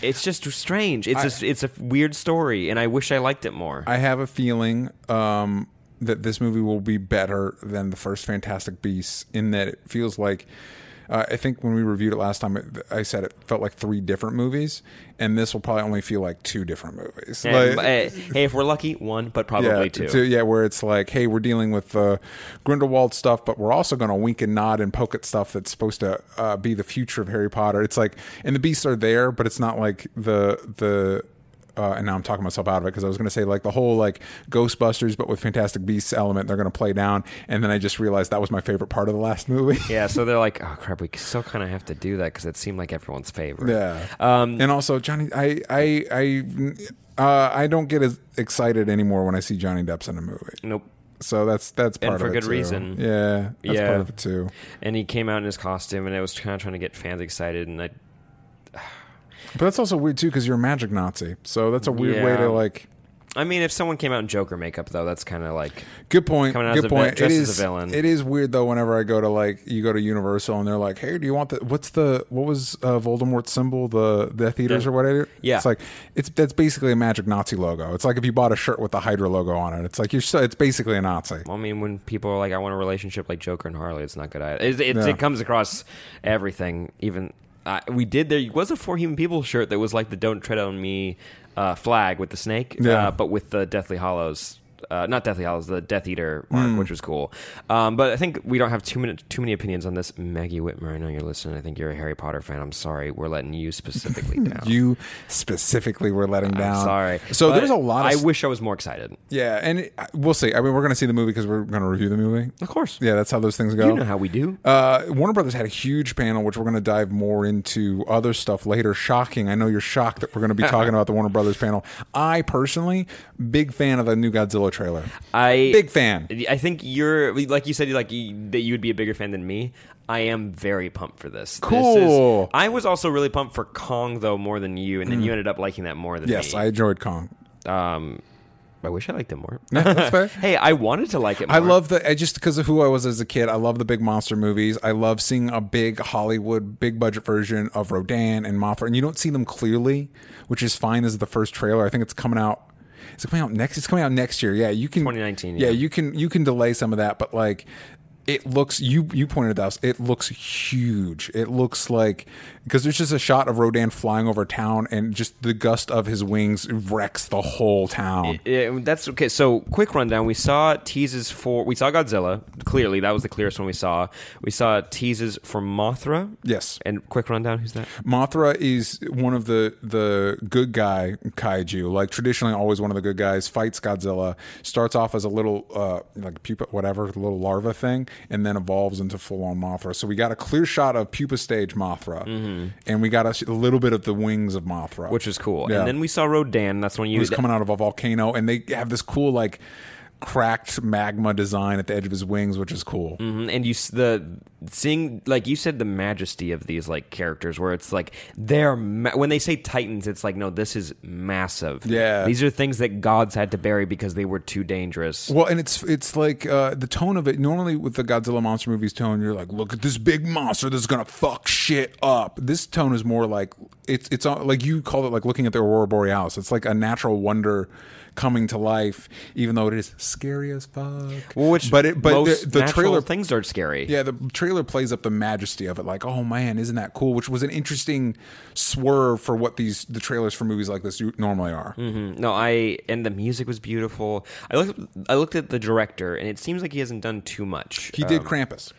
It's just strange. It's just it's a weird story, and I wish I liked it more.
I have a feeling um, that this movie will be better than the first Fantastic Beasts in that it feels like. Uh, I think when we reviewed it last time, it, I said it felt like three different movies, and this will probably only feel like two different movies.
And,
Like-
eh, hey, if we're lucky, one, but probably
yeah,
two.
to- yeah, where it's like, hey, we're dealing with uh, Grindelwald stuff, but we're also going to wink and nod and poke at stuff that's supposed to uh, be the future of Harry Potter. It's like, and the beasts are there, but it's not like the the. Uh, and now I'm talking myself out of it because I was going to say like the whole like Ghostbusters, but with Fantastic Beasts element, they're going to play down. And then I just realized that was my favorite part of the last movie.
Yeah, so they're like, oh crap, we still kind of have to do that because it seemed like everyone's favorite. Um,
Yeah. and also Johnny, I I I uh, I don't get as excited anymore when I see Johnny Depp's in a movie.
Nope.
So that's that's part
for
of it
good
too.
reason.
Yeah, that's
Yeah.
part of it too.
And he came out in his costume, and I was kind of trying to get fans excited, and I
But that's also weird too because you're a magic Nazi. So that's a weird way
Yeah.
to like.
I mean, if someone came out in Joker makeup, though, that's kind of like
Good point.
Coming out as
Good
a vil-
point. It
dressed as a
is.
villain.
It is weird though. Whenever I go to like, you go to Universal and they're like, "Hey, do you want the what's the what was uh, Voldemort's symbol? The Death Eaters
Yeah.
or whatever."
Yeah.
It's like it's that's basically a magic Nazi logo. It's like if you bought a shirt with the Hydra logo on it. It's like you're. So, it's basically a Nazi.
Well, I mean, when people are like, "I want a relationship like Joker and Harley," it's not good. Either. It, it,
Yeah.
it comes across everything. Even uh, we did there was a four human people shirt that was like the "Don't Tread on Me" uh, flag with the snake,
Yeah.
uh, but with the Deathly Hollows. Uh, not Deathly Hollows, the Death Eater
Mm.
mark, which was cool. Um, but I think we don't have too many too many opinions on this. Maggie Whitmer, I know you're listening. I think you're a Harry Potter fan. I'm sorry, we're letting you specifically down.
You specifically were letting down.
sorry.
So
But
there's a lot.
I
Of,
wish I was more excited.
yeah, and it, we'll see. I mean, we're going to see the movie because we're going to review the movie.
Of course,
Yeah, that's how those things go.
you know how we do.
Uh, Warner Brothers had a huge panel, which we're going to dive more into other stuff later. Shocking. I know you're shocked that we're going to be talking about the Warner Brothers panel. I personally, big fan of the new Godzilla trailer.
I
Big fan.
I think you're like you said like you, that you would be a bigger fan than me. I am very pumped for this. This is-
Cool. Mm.
I was also really pumped for Kong though more than you, and then you ended up liking that more than
Yes, I
me.
enjoyed Kong.
I um, I wish I liked it more.
That's fair.
hey, I wanted to like it. more.
I love the I just because of who I was as a kid. I love the big monster movies. I love seeing a big Hollywood, big budget version of Rodan and Mothra, and you don't see them clearly, which is fine. This is the first trailer. I think it's coming out. It's coming out next. It's coming out next year. Yeah, you can
2019,
Yeah,
yeah.
you can you can delay some of that, but like. It looks you you pointed out it looks huge. It looks like because there's just a shot of Rodan flying over town and just the gust of his wings wrecks the whole town.
Yeah, that's okay. So, quick rundown: we saw teases for we saw Godzilla. Clearly, that was the clearest one we saw. We saw teases for Mothra.
Yes.
And quick rundown: who's that?
Mothra is one of the the good guy kaiju, like traditionally always one of the good guys. Fights Godzilla, starts off as a little uh, like pupa, whatever, little larva thing, and then evolves into full on Mothra. So we got a clear shot of pupa stage Mothra, and we got a, sh- a little bit of the wings of Mothra,
Which was cool.
Yeah.
And then we saw Rodan. That's when you
He's coming out of a volcano, and they have this cool like cracked magma design at the edge of his wings, which is cool.
Mhm, and you s- the seeing like you said the majesty of these like characters where it's like they're ma- when they say titans it's like no this is massive
Yeah.
these are things that gods had to bury because they were too dangerous
Well, and it's it's like uh, the tone of it. Normally, with the Godzilla monster movies tone, you're like, "Look at this big monster that's gonna fuck shit up." This tone is more like it's it's on, like you call it like looking at the aurora borealis. It's like a natural wonder coming to life, even though it is scary as fuck.
Well, which
but it but
most
the, the
natural
trailer
things are scary.
yeah, the trailer plays up the majesty of it, like, oh man, isn't that cool? Which was an interesting swerve for what these the trailers for movies like this u- normally are.
Mhm. No, I and the music was beautiful. I looked I looked at the director, and it seems like he hasn't done too much.
He did Krampus.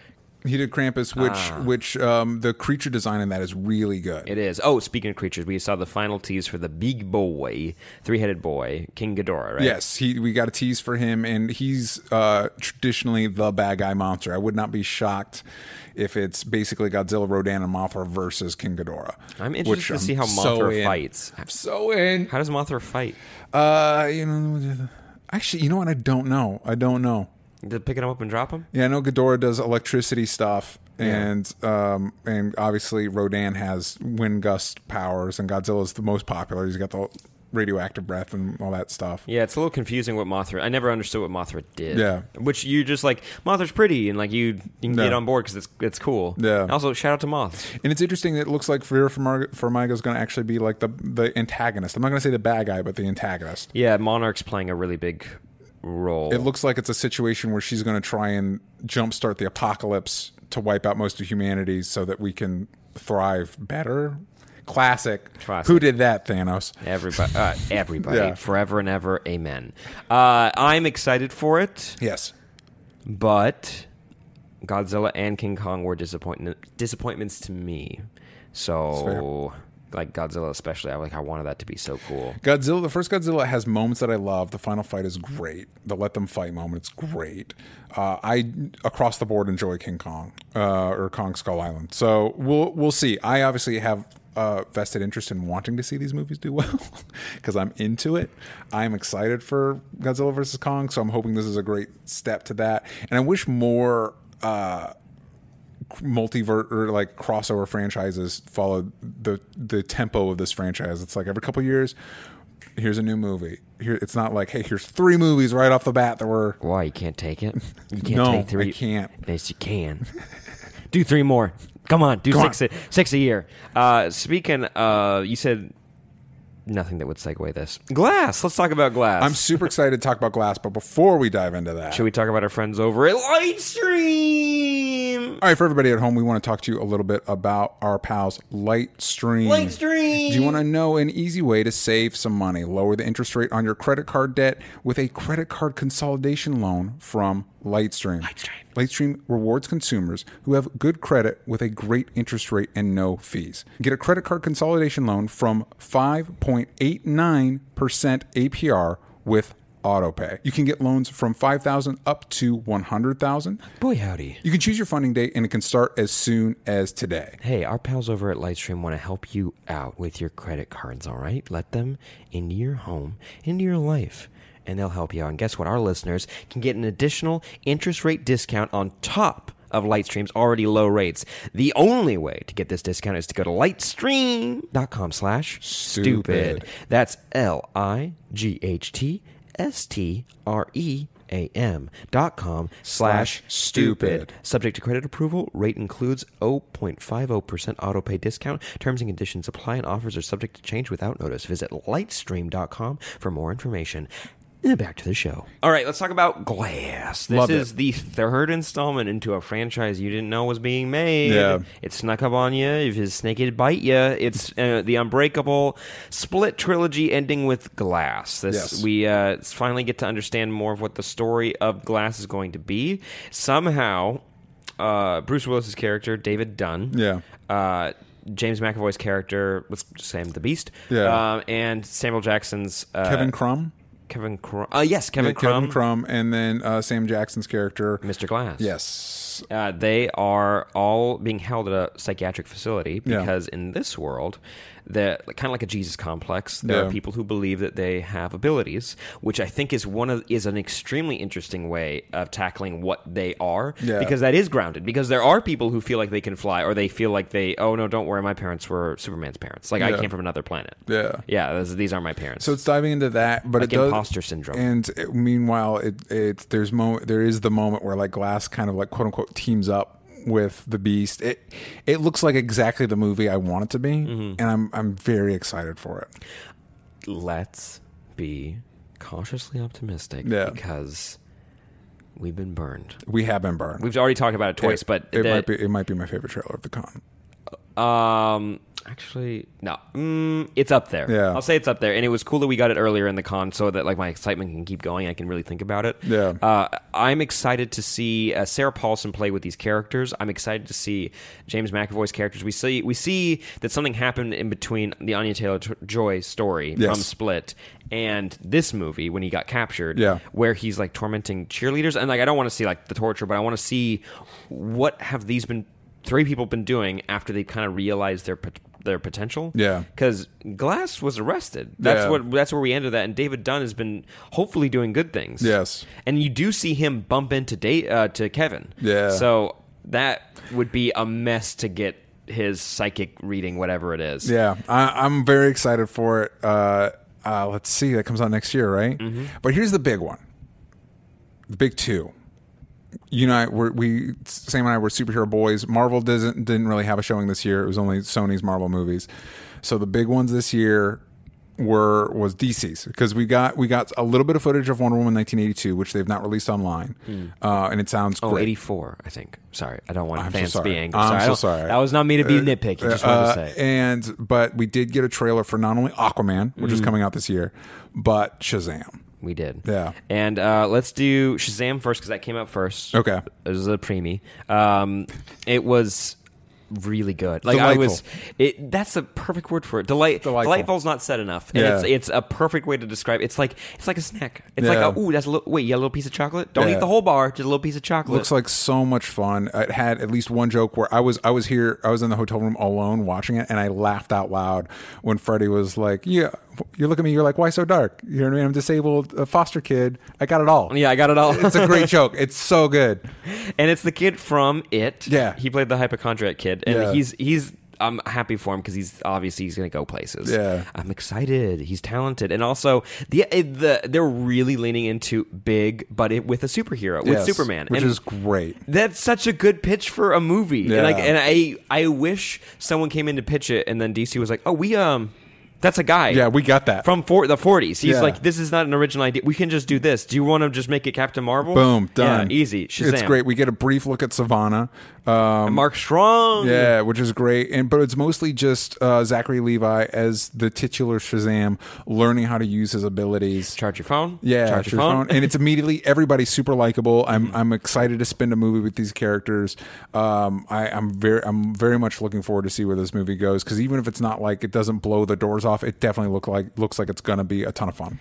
He did Krampus, which
Ah.
which um, the creature design in that is really good.
It is. Oh, speaking of creatures, we saw the final tease for the big boy, three headed boy, King Ghidorah, right?
Yes, he we got a tease for him, and he's uh, traditionally the bad guy monster. I would not be shocked if it's basically Godzilla, Rodan, and Mothra versus King Ghidorah.
I'm interested
which
to
I'm
see how
so
Mothra
in.
fights.
I'm so in.
How does Mothra fight?
Uh, you know, actually, you know what? I don't know. I don't know.
Did it pick him up and drop him?
Yeah, I know Ghidorah does electricity stuff, and um, and obviously Rodan has wind gust powers, and Godzilla's the most popular. He's got the radioactive breath and all that stuff.
Yeah, it's a little confusing what Mothra. I never understood what Mothra did.
Yeah.
which you just like Mothra's pretty and like you, you can
Yeah.
get on board because it's it's cool.
Yeah.
Also, shout out to Moths.
And it's interesting that it looks like Vera Farmiga is going to actually be like the the antagonist. I'm not going to say the bad guy, but the antagonist.
Yeah, Monarch's playing a really big role.
It looks like it's a situation where she's going to try and jumpstart the apocalypse to wipe out most of humanity, so that we can thrive better. Classic.
Classic.
Who did that, Thanos?
everybody, uh, everybody,
Yeah.
forever and ever, amen. Uh, I'm excited for it,
Yes.
but Godzilla and King Kong were disappointment disappointments to me. So, like Godzilla especially, I like I wanted that to be so cool.
Godzilla, the first Godzilla has moments that I love. The final fight is great. The let them fight moment, it's great. Uh, I across the board enjoy King Kong uh, or Kong Skull Island. So we'll we'll see. I obviously have uh, vested interest in wanting to see these movies do well because I'm into it. I'm excited for Godzilla versus Kong, so I'm hoping this is a great step to that. And I wish more multiverse or like crossover franchises follow the the tempo of this franchise. It's like every couple years, here's a new movie. Here, it's not like hey, here's three movies right off the bat that were
Why you can't take it? You can't
No,
take three.
I can't.
Yes, you can. do three more. Come on, do
Come
six.
on.
A, six a year. Uh, speaking, uh, you said nothing that would segue this. Glass. Let's talk about glass.
I'm super excited to talk about Glass, but before we dive into that,
Should we talk about our friends over at Lightstream?
all right, for everybody at home, we want to talk to you a little bit about our pals Lightstream.
Lightstream!
Do you want to know an easy way to save some money? Lower the interest rate on your credit card debt with a credit card consolidation loan from Lightstream. Lightstream. Lightstream rewards consumers who have good credit with a great interest rate and no fees. Get a credit card consolidation loan from 5.89% APR with AutoPay. You can get loans from 5,000 up to 100,000.
Boy, howdy.
You can choose your funding date and it can start as soon as today.
Hey, our pals over at Lightstream want to help you out with your credit cards, all right? Let them into your home, into your life, and they'll help you out. And guess what? Our listeners can get an additional interest rate discount on top of Lightstream's already low rates. The only way to get this discount is to go to lightstream.com slash stupid.
Stupid.
That's L I G H T S T R E A M dot com slash stupid.
stupid.
Subject to credit approval, rate includes 0.50% autopay discount. Terms and conditions apply and offers are subject to change without notice. Visit lightstream.com for more information. And back to the show. All right, let's talk about Glass. This
Love it.
is the third installment into a franchise you didn't know was being made.
Yeah.
It snuck up on you. If his snake it'd bite you. It's uh, the Unbreakable split trilogy ending with Glass. This
Yes.
we uh, finally get to understand more of what the story of Glass is going to be. Somehow, uh, Bruce Willis's character David Dunn.
Yeah.
Uh, James McAvoy's character, let's just say him the Beast.
Yeah.
Um, and Samuel Jackson's uh,
Kevin Crum?
Kevin Crum. Uh, yes, Kevin
Yeah,
Crum.
Kevin Crumb, and then uh, Sam Jackson's character.
Mr. Glass.
Yes.
Uh, they are all being held at a psychiatric facility
Yeah.
because in this world, they're kind of like a Jesus complex. There are
Yeah.
people who believe that they have abilities, which I think is one of is an extremely interesting way of tackling what they are
Yeah.
because that is grounded. Because there are people who feel like they can fly or they feel like they oh no don't worry my parents were Superman's parents like I
Yeah.
came from another planet
Yeah.
yeah those- these are my parents
So it's diving into that, but
Like
it does
imposter syndrome.
And it- meanwhile, it, it there's mo there is the moment where like Glass kind of like quote unquote teams up with the Beast. It it looks like exactly the movie I want it to be,
Mm-hmm.
and I'm I'm very excited for it.
let's be cautiously optimistic
Yeah.
because we've been burned.
We have been burned.
We've already talked about it twice,
It-
but
it
that-
might be it might be my favorite trailer of the con.
Um, actually, no. Mm, it's up there.
Yeah.
I'll say it's up there. And it was cool that we got it earlier in the con, so that like my excitement can keep going. I can really think about it.
Yeah.
Uh, I'm excited to see uh, Sarah Paulson play with these characters. I'm excited to see James McAvoy's characters. We see we see that something happened in between the Anya Taylor Joy story
Yes.
from Split and this movie when he got captured
Yeah.
where he's like tormenting cheerleaders and like i don't want to see like the torture but i want to see what have these been three people been doing after they kind of realized their pot- their potential
Yeah.
because glass was arrested that's
Yeah.
what that's where we ended that and david dunn has been hopefully doing good things
Yes.
and you do see him bump into date uh, to kevin
Yeah.
so that would be a mess to get his psychic reading whatever it is
Yeah, I, I'm very excited for it. Uh, uh, let's see, that comes out next year, right? But here's the big one, the big two. You know, I- we're, we Sam and I were superhero boys. Marvel doesn't didn't really have a showing this year. It was only Sony's Marvel movies. So the big ones this year were was DC's because we got we got a little bit of footage of Wonder Woman 1982, which they've not released online, uh, and it sounds
Oh,
great.
84, I think. Sorry, I don't want
I'm so
fans to
sorry.
be angry.
I'm
Sorry, I
so
don't-
sorry.
That was not me to be nitpicky. Just wanted
Uh,
to say.
And but we did get a trailer for not only Aquaman, which is
Mm-hmm.
coming out this year, but Shazam.
We did.
Yeah.
And uh, let's do Shazam first because that came out first.
Okay.
It was a preemie. Um, it was really good. Like I was. It that's the perfect word for it. Delight.
Delightful.
Delightful's not said enough. And
Yeah.
it's it's a perfect way to describe. It's like it's like a snack. It's
Yeah.
like a, ooh, that's a little, wait, you got a little piece of chocolate. Don't
Yeah.
eat the whole bar. Just a little piece of chocolate.
Looks like so much fun. It had at least one joke where I was I was here I was in the hotel room alone watching it, and I laughed out loud when Freddie was like, "Yeah, you look at me. You're like, why so dark? You know what I mean? I'm disabled, a foster kid. I got it all.
yeah, I got it all.
it's a great joke. It's so good.
and it's the kid from it.
Yeah.
he played the hypochondriac kid, and
Yeah.
he's he's. I'm happy for him because he's obviously he's going to go places.
Yeah.
I'm excited. He's talented, and also the it- the they're really leaning into big, but it, with a superhero with
Yes,
Superman,
which
and
is great.
that's such a good pitch for a movie. And like,
Yeah.
and I I wish someone came in to pitch it, and then DC was like, oh, we um. That's a guy.
Yeah, we got that.
from for, the 40s. He's
Yeah.
like, this is not an original idea. We can just do this. Do you want to just make it Captain Marvel?
Boom, done.
Yeah, easy. Shazam.
It's great. We get a brief look at Savannah. uh,
Mark Strong.
Yeah, which is great. And but it's mostly just uh, Zachary Levi as the titular Shazam, learning how to use his abilities.
Charge your phone.
Yeah,
Charge your,
your
phone. Mm-hmm.
and it's immediately everybody's super likable. I'm I'm excited to spend a movie with these characters. Um, I, I'm very I'm very much looking forward to see where this movie goes because even if it's not like it doesn't blow the doors off, it definitely look like looks like it's gonna be a ton of fun.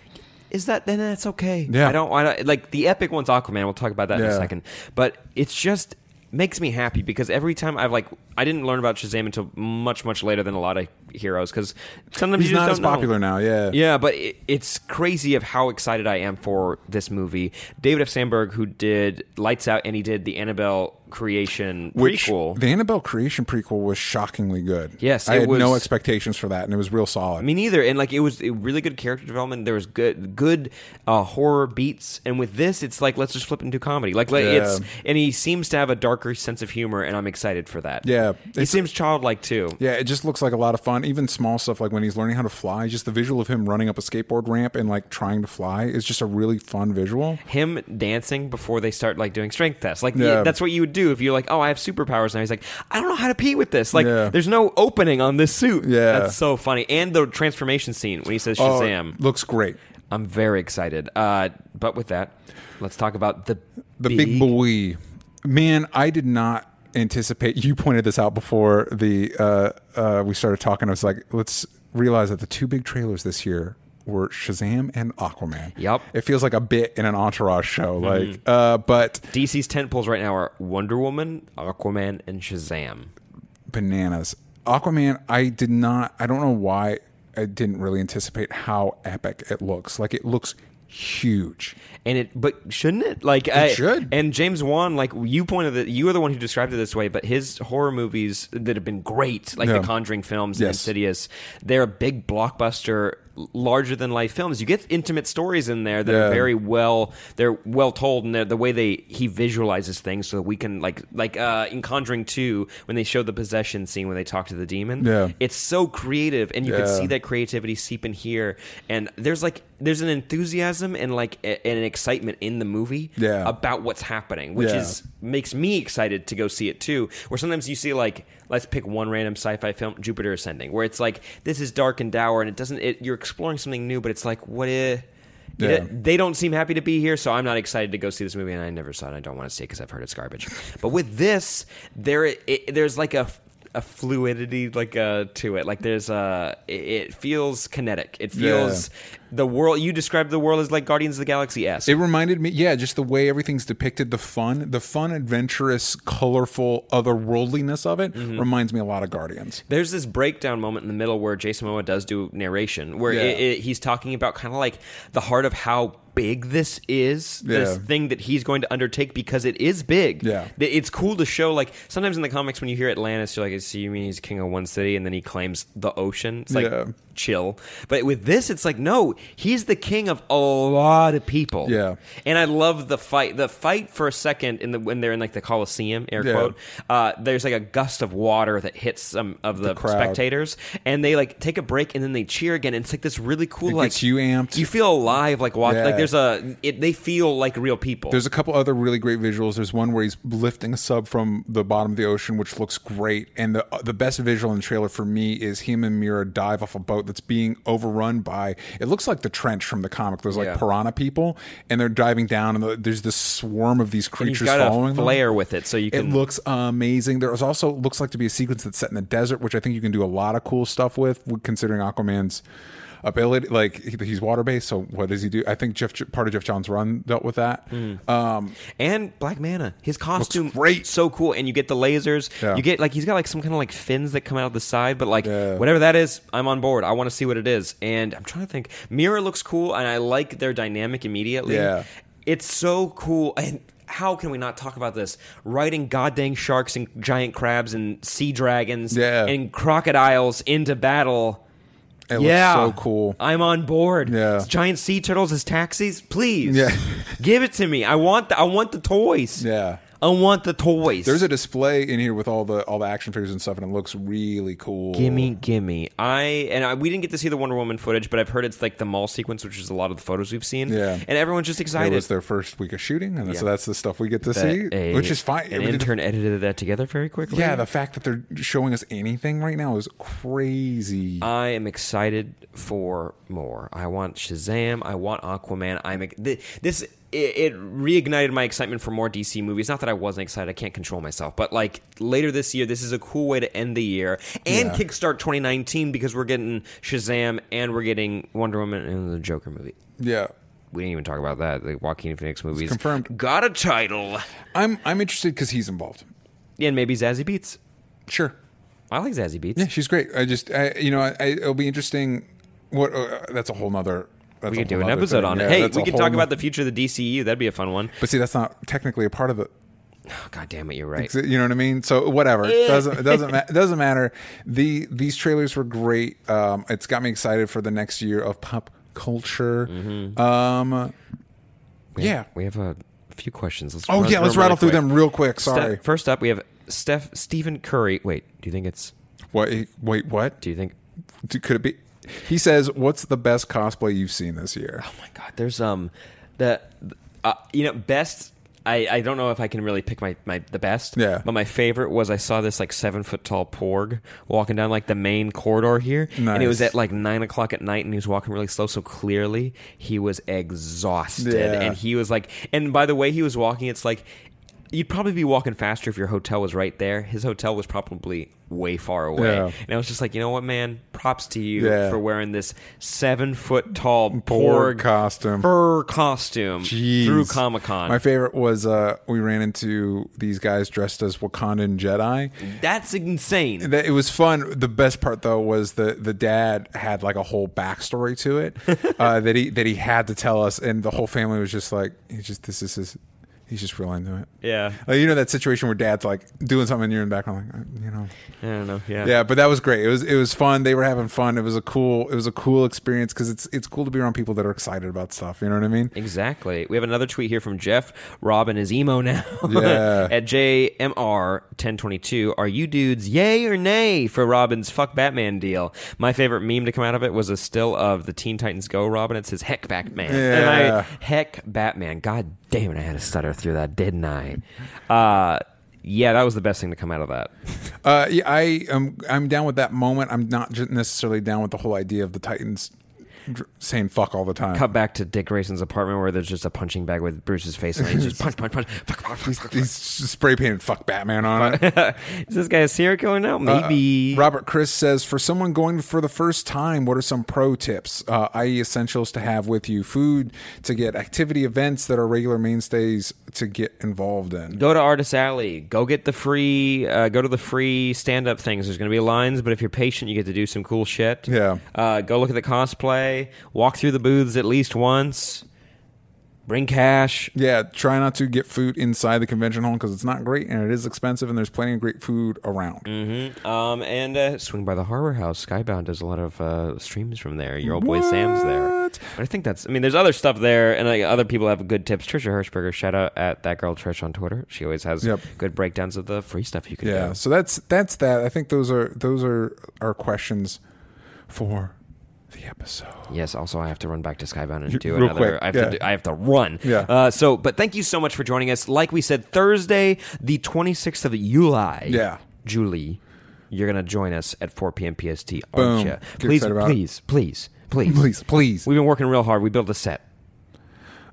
Is that then? That's okay.
Yeah.
I don't. I don't like the epic one's Aquaman. We'll talk about that in a
Yeah.
second. But it's just makes me happy because every time I've like I didn't learn about Shazam until much much later than a lot of heroes because sometimes
He's
you just
not
don't
as
know.
popular now. Yeah,
Yeah, but it, it's crazy of how excited I am for this movie. David F. Sandberg, who did Lights Out, and he did the Annabelle creation
Which
prequel.
the Annabelle creation prequel was shockingly good.
Yes,
I
it
had no
was-
expectations for that, and it was real solid.
Me neither. And like it was a really good character development. There was good good uh, horror beats. And with this, it's like let's just flip into comedy. Like like, it's
Yeah.
and he seems to have a darker sense of humor, and I'm excited for that.
Yeah.
he
It's-
seems childlike too.
Yeah, it just looks like a lot of fun. Even small stuff like when he's learning how to fly, just the visual of him running up a skateboard ramp and like trying to fly is just a really fun visual.
Him dancing before they start like doing strength tests, like
Yeah.
yeah, that's what you would do if you're like, oh, I have superpowers now. He's like, I don't know how to pee with this. Like,
Yeah.
there's no opening on this suit.
Yeah. Oh.
that's so funny. And the transformation scene when he says Shazam,
it looks great.
I'm very excited. Uh, but with that, let's talk about the
The big, boy. Man, I did not anticipate you pointed this out before the uh, uh, we started talking. I was like, let's realize that the two big trailers this year were Shazam and Aquaman.
Yup. Mm-hmm.
It feels like a bit in an entourage show. Like uh, but
DC's tent poles right now are Wonder Woman, Aquaman, and Shazam.
bananas. Aquaman, I did not. I don't know why I didn't really anticipate how epic it looks. Like it looks huge.
And it, but shouldn't it? Like, it I,
should.
And James Wan, like you pointed that you are the one who described it this way. But his horror movies that have been great, like
Yeah.
the Conjuring films, and
Yes.
Insidious, they're a big blockbuster larger than life films. You get intimate stories in there that
Yeah.
are very well they're well told and they're- the way they he visualizes things so that we can like like uh, in Conjuring Two when they show the possession scene when they talk to the demon.
Yeah.
it's so creative and you can
Yeah.
see that creativity seep in here and there's like there's an enthusiasm and like a, and an excitement in the movie
Yeah.
about what's happening, which
Yeah.
is makes me excited to go see it too. Where sometimes you see like, let's pick one random sci-fi film, Jupiter Ascending, where it's like this is dark and dour, and it doesn't. It, you're exploring something new, but it's like what if. you
Yeah.
know, They don't seem happy to be here, so I'm not excited to go see this movie, and I never saw it. and I don't want to see it because I've heard it's garbage. But with this, there it, there's like a a fluidity like uh to it. Like there's a it, it feels kinetic. It feels the world. You described the world as like Guardians of the Galaxy esque.
It reminded me, yeah, just the way everything's depicted, the fun, the fun, adventurous, colorful, otherworldliness of it reminds me a lot of Guardians.
There's this breakdown moment in the middle where Jason Momoa does do narration, where
Yeah.
it, it, he's talking about kind of like the heart of how big this is, this
Yeah.
thing that he's going to undertake because it is big.
Yeah.
Th- it's cool to show. Like sometimes in the comics, when you hear Atlantis, you're like, "So you mean he's king of one city?" And then he claims the ocean. It's like
Yeah.
chill. But with this, it's like, no, he's the king of a lot of people.
Yeah.
And I love the fight. The fight for a second in the when they're in like the Coliseum, air
Yeah.
quote. Uh, there's like a gust of water that hits some of the,
crowd.
spectators, and they like take a break and then they cheer again. And it's like this really cool.
It
like
gets you amped.
You feel alive. Like watch.
Yeah.
Like there's a. It, they feel like real people.
There's a couple other really great visuals. There's one where he's lifting a sub from the bottom of the ocean, which looks great. And the uh, the best visual in the trailer for me is him and Mira dive off a boat that's being overrun by. It looks like the trench from the comic. There's like
Yeah.
piranha people, and they're diving down, and the, there's this swarm of these
and he's
creatures
got a
following them.
flair with it, so you
It
can.
looks amazing. There is also looks like to be a sequence that's set in the desert, which I think you can do a lot of cool stuff with, with- considering Aquaman's ability. Like he- he's water based, so what does he do? I think Jeff part of Jeff John's run dealt with that.
Hmm.
Um,
and Black Mana, his costume
great.
so cool, and you get the lasers.
Yeah.
You get like he's got like some kind of like fins that come out of the side, but like
Yeah.
whatever that is, I'm on board. I want to see what it is, and I'm trying to think. Mira looks cool, and I like their dynamic immediately.
Yeah.
it's so cool, and. How can we not talk about this? Riding goddamn sharks and giant crabs and sea dragons
Yeah.
and crocodiles into battle.
it
yeah,
looks so cool.
I'm on board.
Yeah.
giant sea turtles as taxis, please.
Yeah.
give it to me. I want the I want the toys.
Yeah.
I want the toys.
There's a display in here with all the all the action figures and stuff, and it looks really cool.
gimme, gimme. I and I, we didn't get to see the Wonder Woman footage, but I've heard it's like the mall sequence, which is a lot of the photos we've seen.
Yeah.
and everyone's just
It
excited.
was their first week of shooting, and so
Yeah.
that's the stuff we get to
that
see,
a-
which is fine.
An
It- it-
intern edited that together very quickly.
yeah, the fact that they're showing us anything right now is crazy.
I am excited for more. I want Shazam. I want Aquaman. I'm ex- th- this. It, it reignited my excitement for more DC movies. Not that I wasn't excited. I can't control myself. But like later this year, this is a cool way to end the year and
Yeah.
kickstart 2019 because we're getting Shazam and we're getting Wonder Woman and the Joker movie.
yeah.
We didn't even talk about that. The Joaquin Phoenix movies
confirmed.
Got a title.
I'm I'm interested because he's involved.
Yeah, and maybe Zazie Beats.
Sure.
I like Zazie Beats.
Yeah, she's great. I just I, you know I, I, it'll be interesting. What uh, that's a whole nother. That's
We
a
could do
whole
an
nother
episode
thing.
on
Yeah,
it. Hey,
that's
we
a
could
whole
talk
no-
about the future of the DCU. That'd be a fun one.
But see, that's not technically a part of the.
Oh, God damn it, you're right.
You know what I mean? So whatever. It doesn't it doesn't ma- it doesn't matter. The these trailers were great. Um, it's got me excited for the next year of pop culture.
Mm-hmm.
Um, yeah.
We have a few questions. Let's
Oh
run
yeah. Let's
them
rattle through
really
them real quick.
quick.
Sorry.
Steph- first up, we have Steph Stephen Curry. Wait, do you think it's?
Wait. Wait. What?
Do you think?
D- Could it be? He says, "What's the best cosplay you've seen this year?"
Oh my God, there's um the uh, you know best. I, I don't know if I can really pick my, my the best.
Yeah.
But my favorite was I saw this like seven foot tall porg walking down like the main corridor here, and it was
Nice.
at like nine o'clock at night, and he was walking really slow. So clearly he was exhausted,
Yeah.
and he was like, and by the way he was walking, it's like. You'd probably be walking faster if your hotel was right there. His hotel was probably way far away.
Yeah.
And I was just like, you know what, man? Props to you
Yeah.
for wearing this seven foot tall
Porg
porg
costume.
fur costume
Jeez.
through Comic Con.
My favorite was uh, we ran into these guys dressed as Wakandan Jedi.
That's insane.
That- It was fun. The best part though was the the dad had like a whole backstory to it uh, that he that he had to tell us, and the whole family was just like, he just this is his. He's just real into it.
Yeah.
Like, you know that situation where dad's like doing something and you're in the background like uh, you know
I don't know. Yeah.
yeah but that was great it was it was fun they were having fun it was a cool it was a cool experience because it's it's cool to be around people that are excited about stuff you know what I mean
Exactly. We have another tweet here from Jeff. Robin is emo now.
Yeah.
At JMR1022. Are you dudes yay or nay for Robin's fuck Batman deal? My favorite meme to come out of it was a still of the Teen Titans Go Robin. It says heck Batman. And
Yeah.
I, heck Batman. God damn it. I had to stutter through that, didn't I? Uh, yeah, that was the best thing to come out of that.
uh yeah I am I'm down with that moment I'm not ju- necessarily down with the whole idea of the Titans dr- saying fuck all the time
Cut back to Dick Grayson's apartment where there's just a punching bag with Bruce's face and he's just punch, punch, punch. Fuck, fuck, fuck, fuck,
he's spray painted fuck Batman on it
Is this guy a serial killer now?
Uh,
Maybe.
Robert Chris says, for someone going for the first time, what are some pro tips, uh, i.e., essentials to have with you, food to get, activity events that are regular mainstays to get involved in?
go to Artist Alley. Go get the free. Uh, go to the free stand-up things. There's going to be lines, but if you're patient, you get to do some cool shit.
Yeah.
Uh, go look at the cosplay. Walk through the booths at least once. Bring cash.
Yeah, try not to get food inside the convention hall because it's not great and it is expensive, and there's plenty of great food
Mm.
around.
Um, and uh, swing by the Harbor House. Skybound does a lot of uh, streams from there. Your old boy Sam's there.
What?
But I think that's. I mean, there's other stuff there, and like, other people have good tips. Trisha Hirschberger, shout out at that girl Trish on Twitter. She always has
Yep.
good breakdowns of the free stuff you can
Yeah,
do.
so that's that's that. I think those are those are our questions for the episode.
Yes. Also, I have to run back to Skybound and do
real
another.
quick,
I have
yeah.
to. Do, I have to run.
Yeah.
Uh, so, but thank you so much for joining us. Like we said, Thursday, the twenty sixth of July.
Yeah.
Julie, you're gonna join us at four p.m. PST, aren't
Boom.
you?
Get
Please,
excited about it.
please, please, please,
Please, please.
We've been working real hard. We built a set.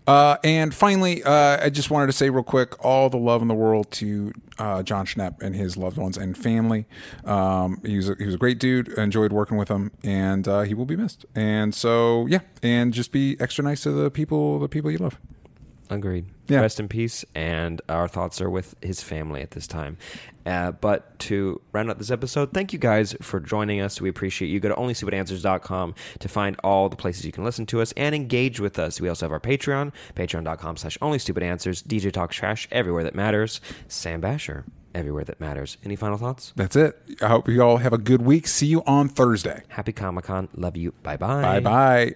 Uh, and finally, uh, I just wanted to say real quick all the love in the world to uh, John Schnepp and his loved ones and family. Um, he, was a, he was a great dude. I enjoyed working with him, and uh, he will be missed. And so, yeah, and just be extra nice to the people, the people you love.
Agreed.
Yeah.
Rest in peace, and our thoughts are with his family at this time. Uh, but to round out this episode, thank you guys for joining us. We appreciate you. Go to onlystupidanswers.com to find all the places you can listen to us and engage with us. We also have our Patreon, patreon.com slash onlystupidanswers, DJ Talks Trash, everywhere that matters, Sam Basher, everywhere that matters. Any final thoughts?
That's it. I hope you all have a good week. See you on Thursday.
Happy Comic Con. Love you. Bye-bye.
Bye bye.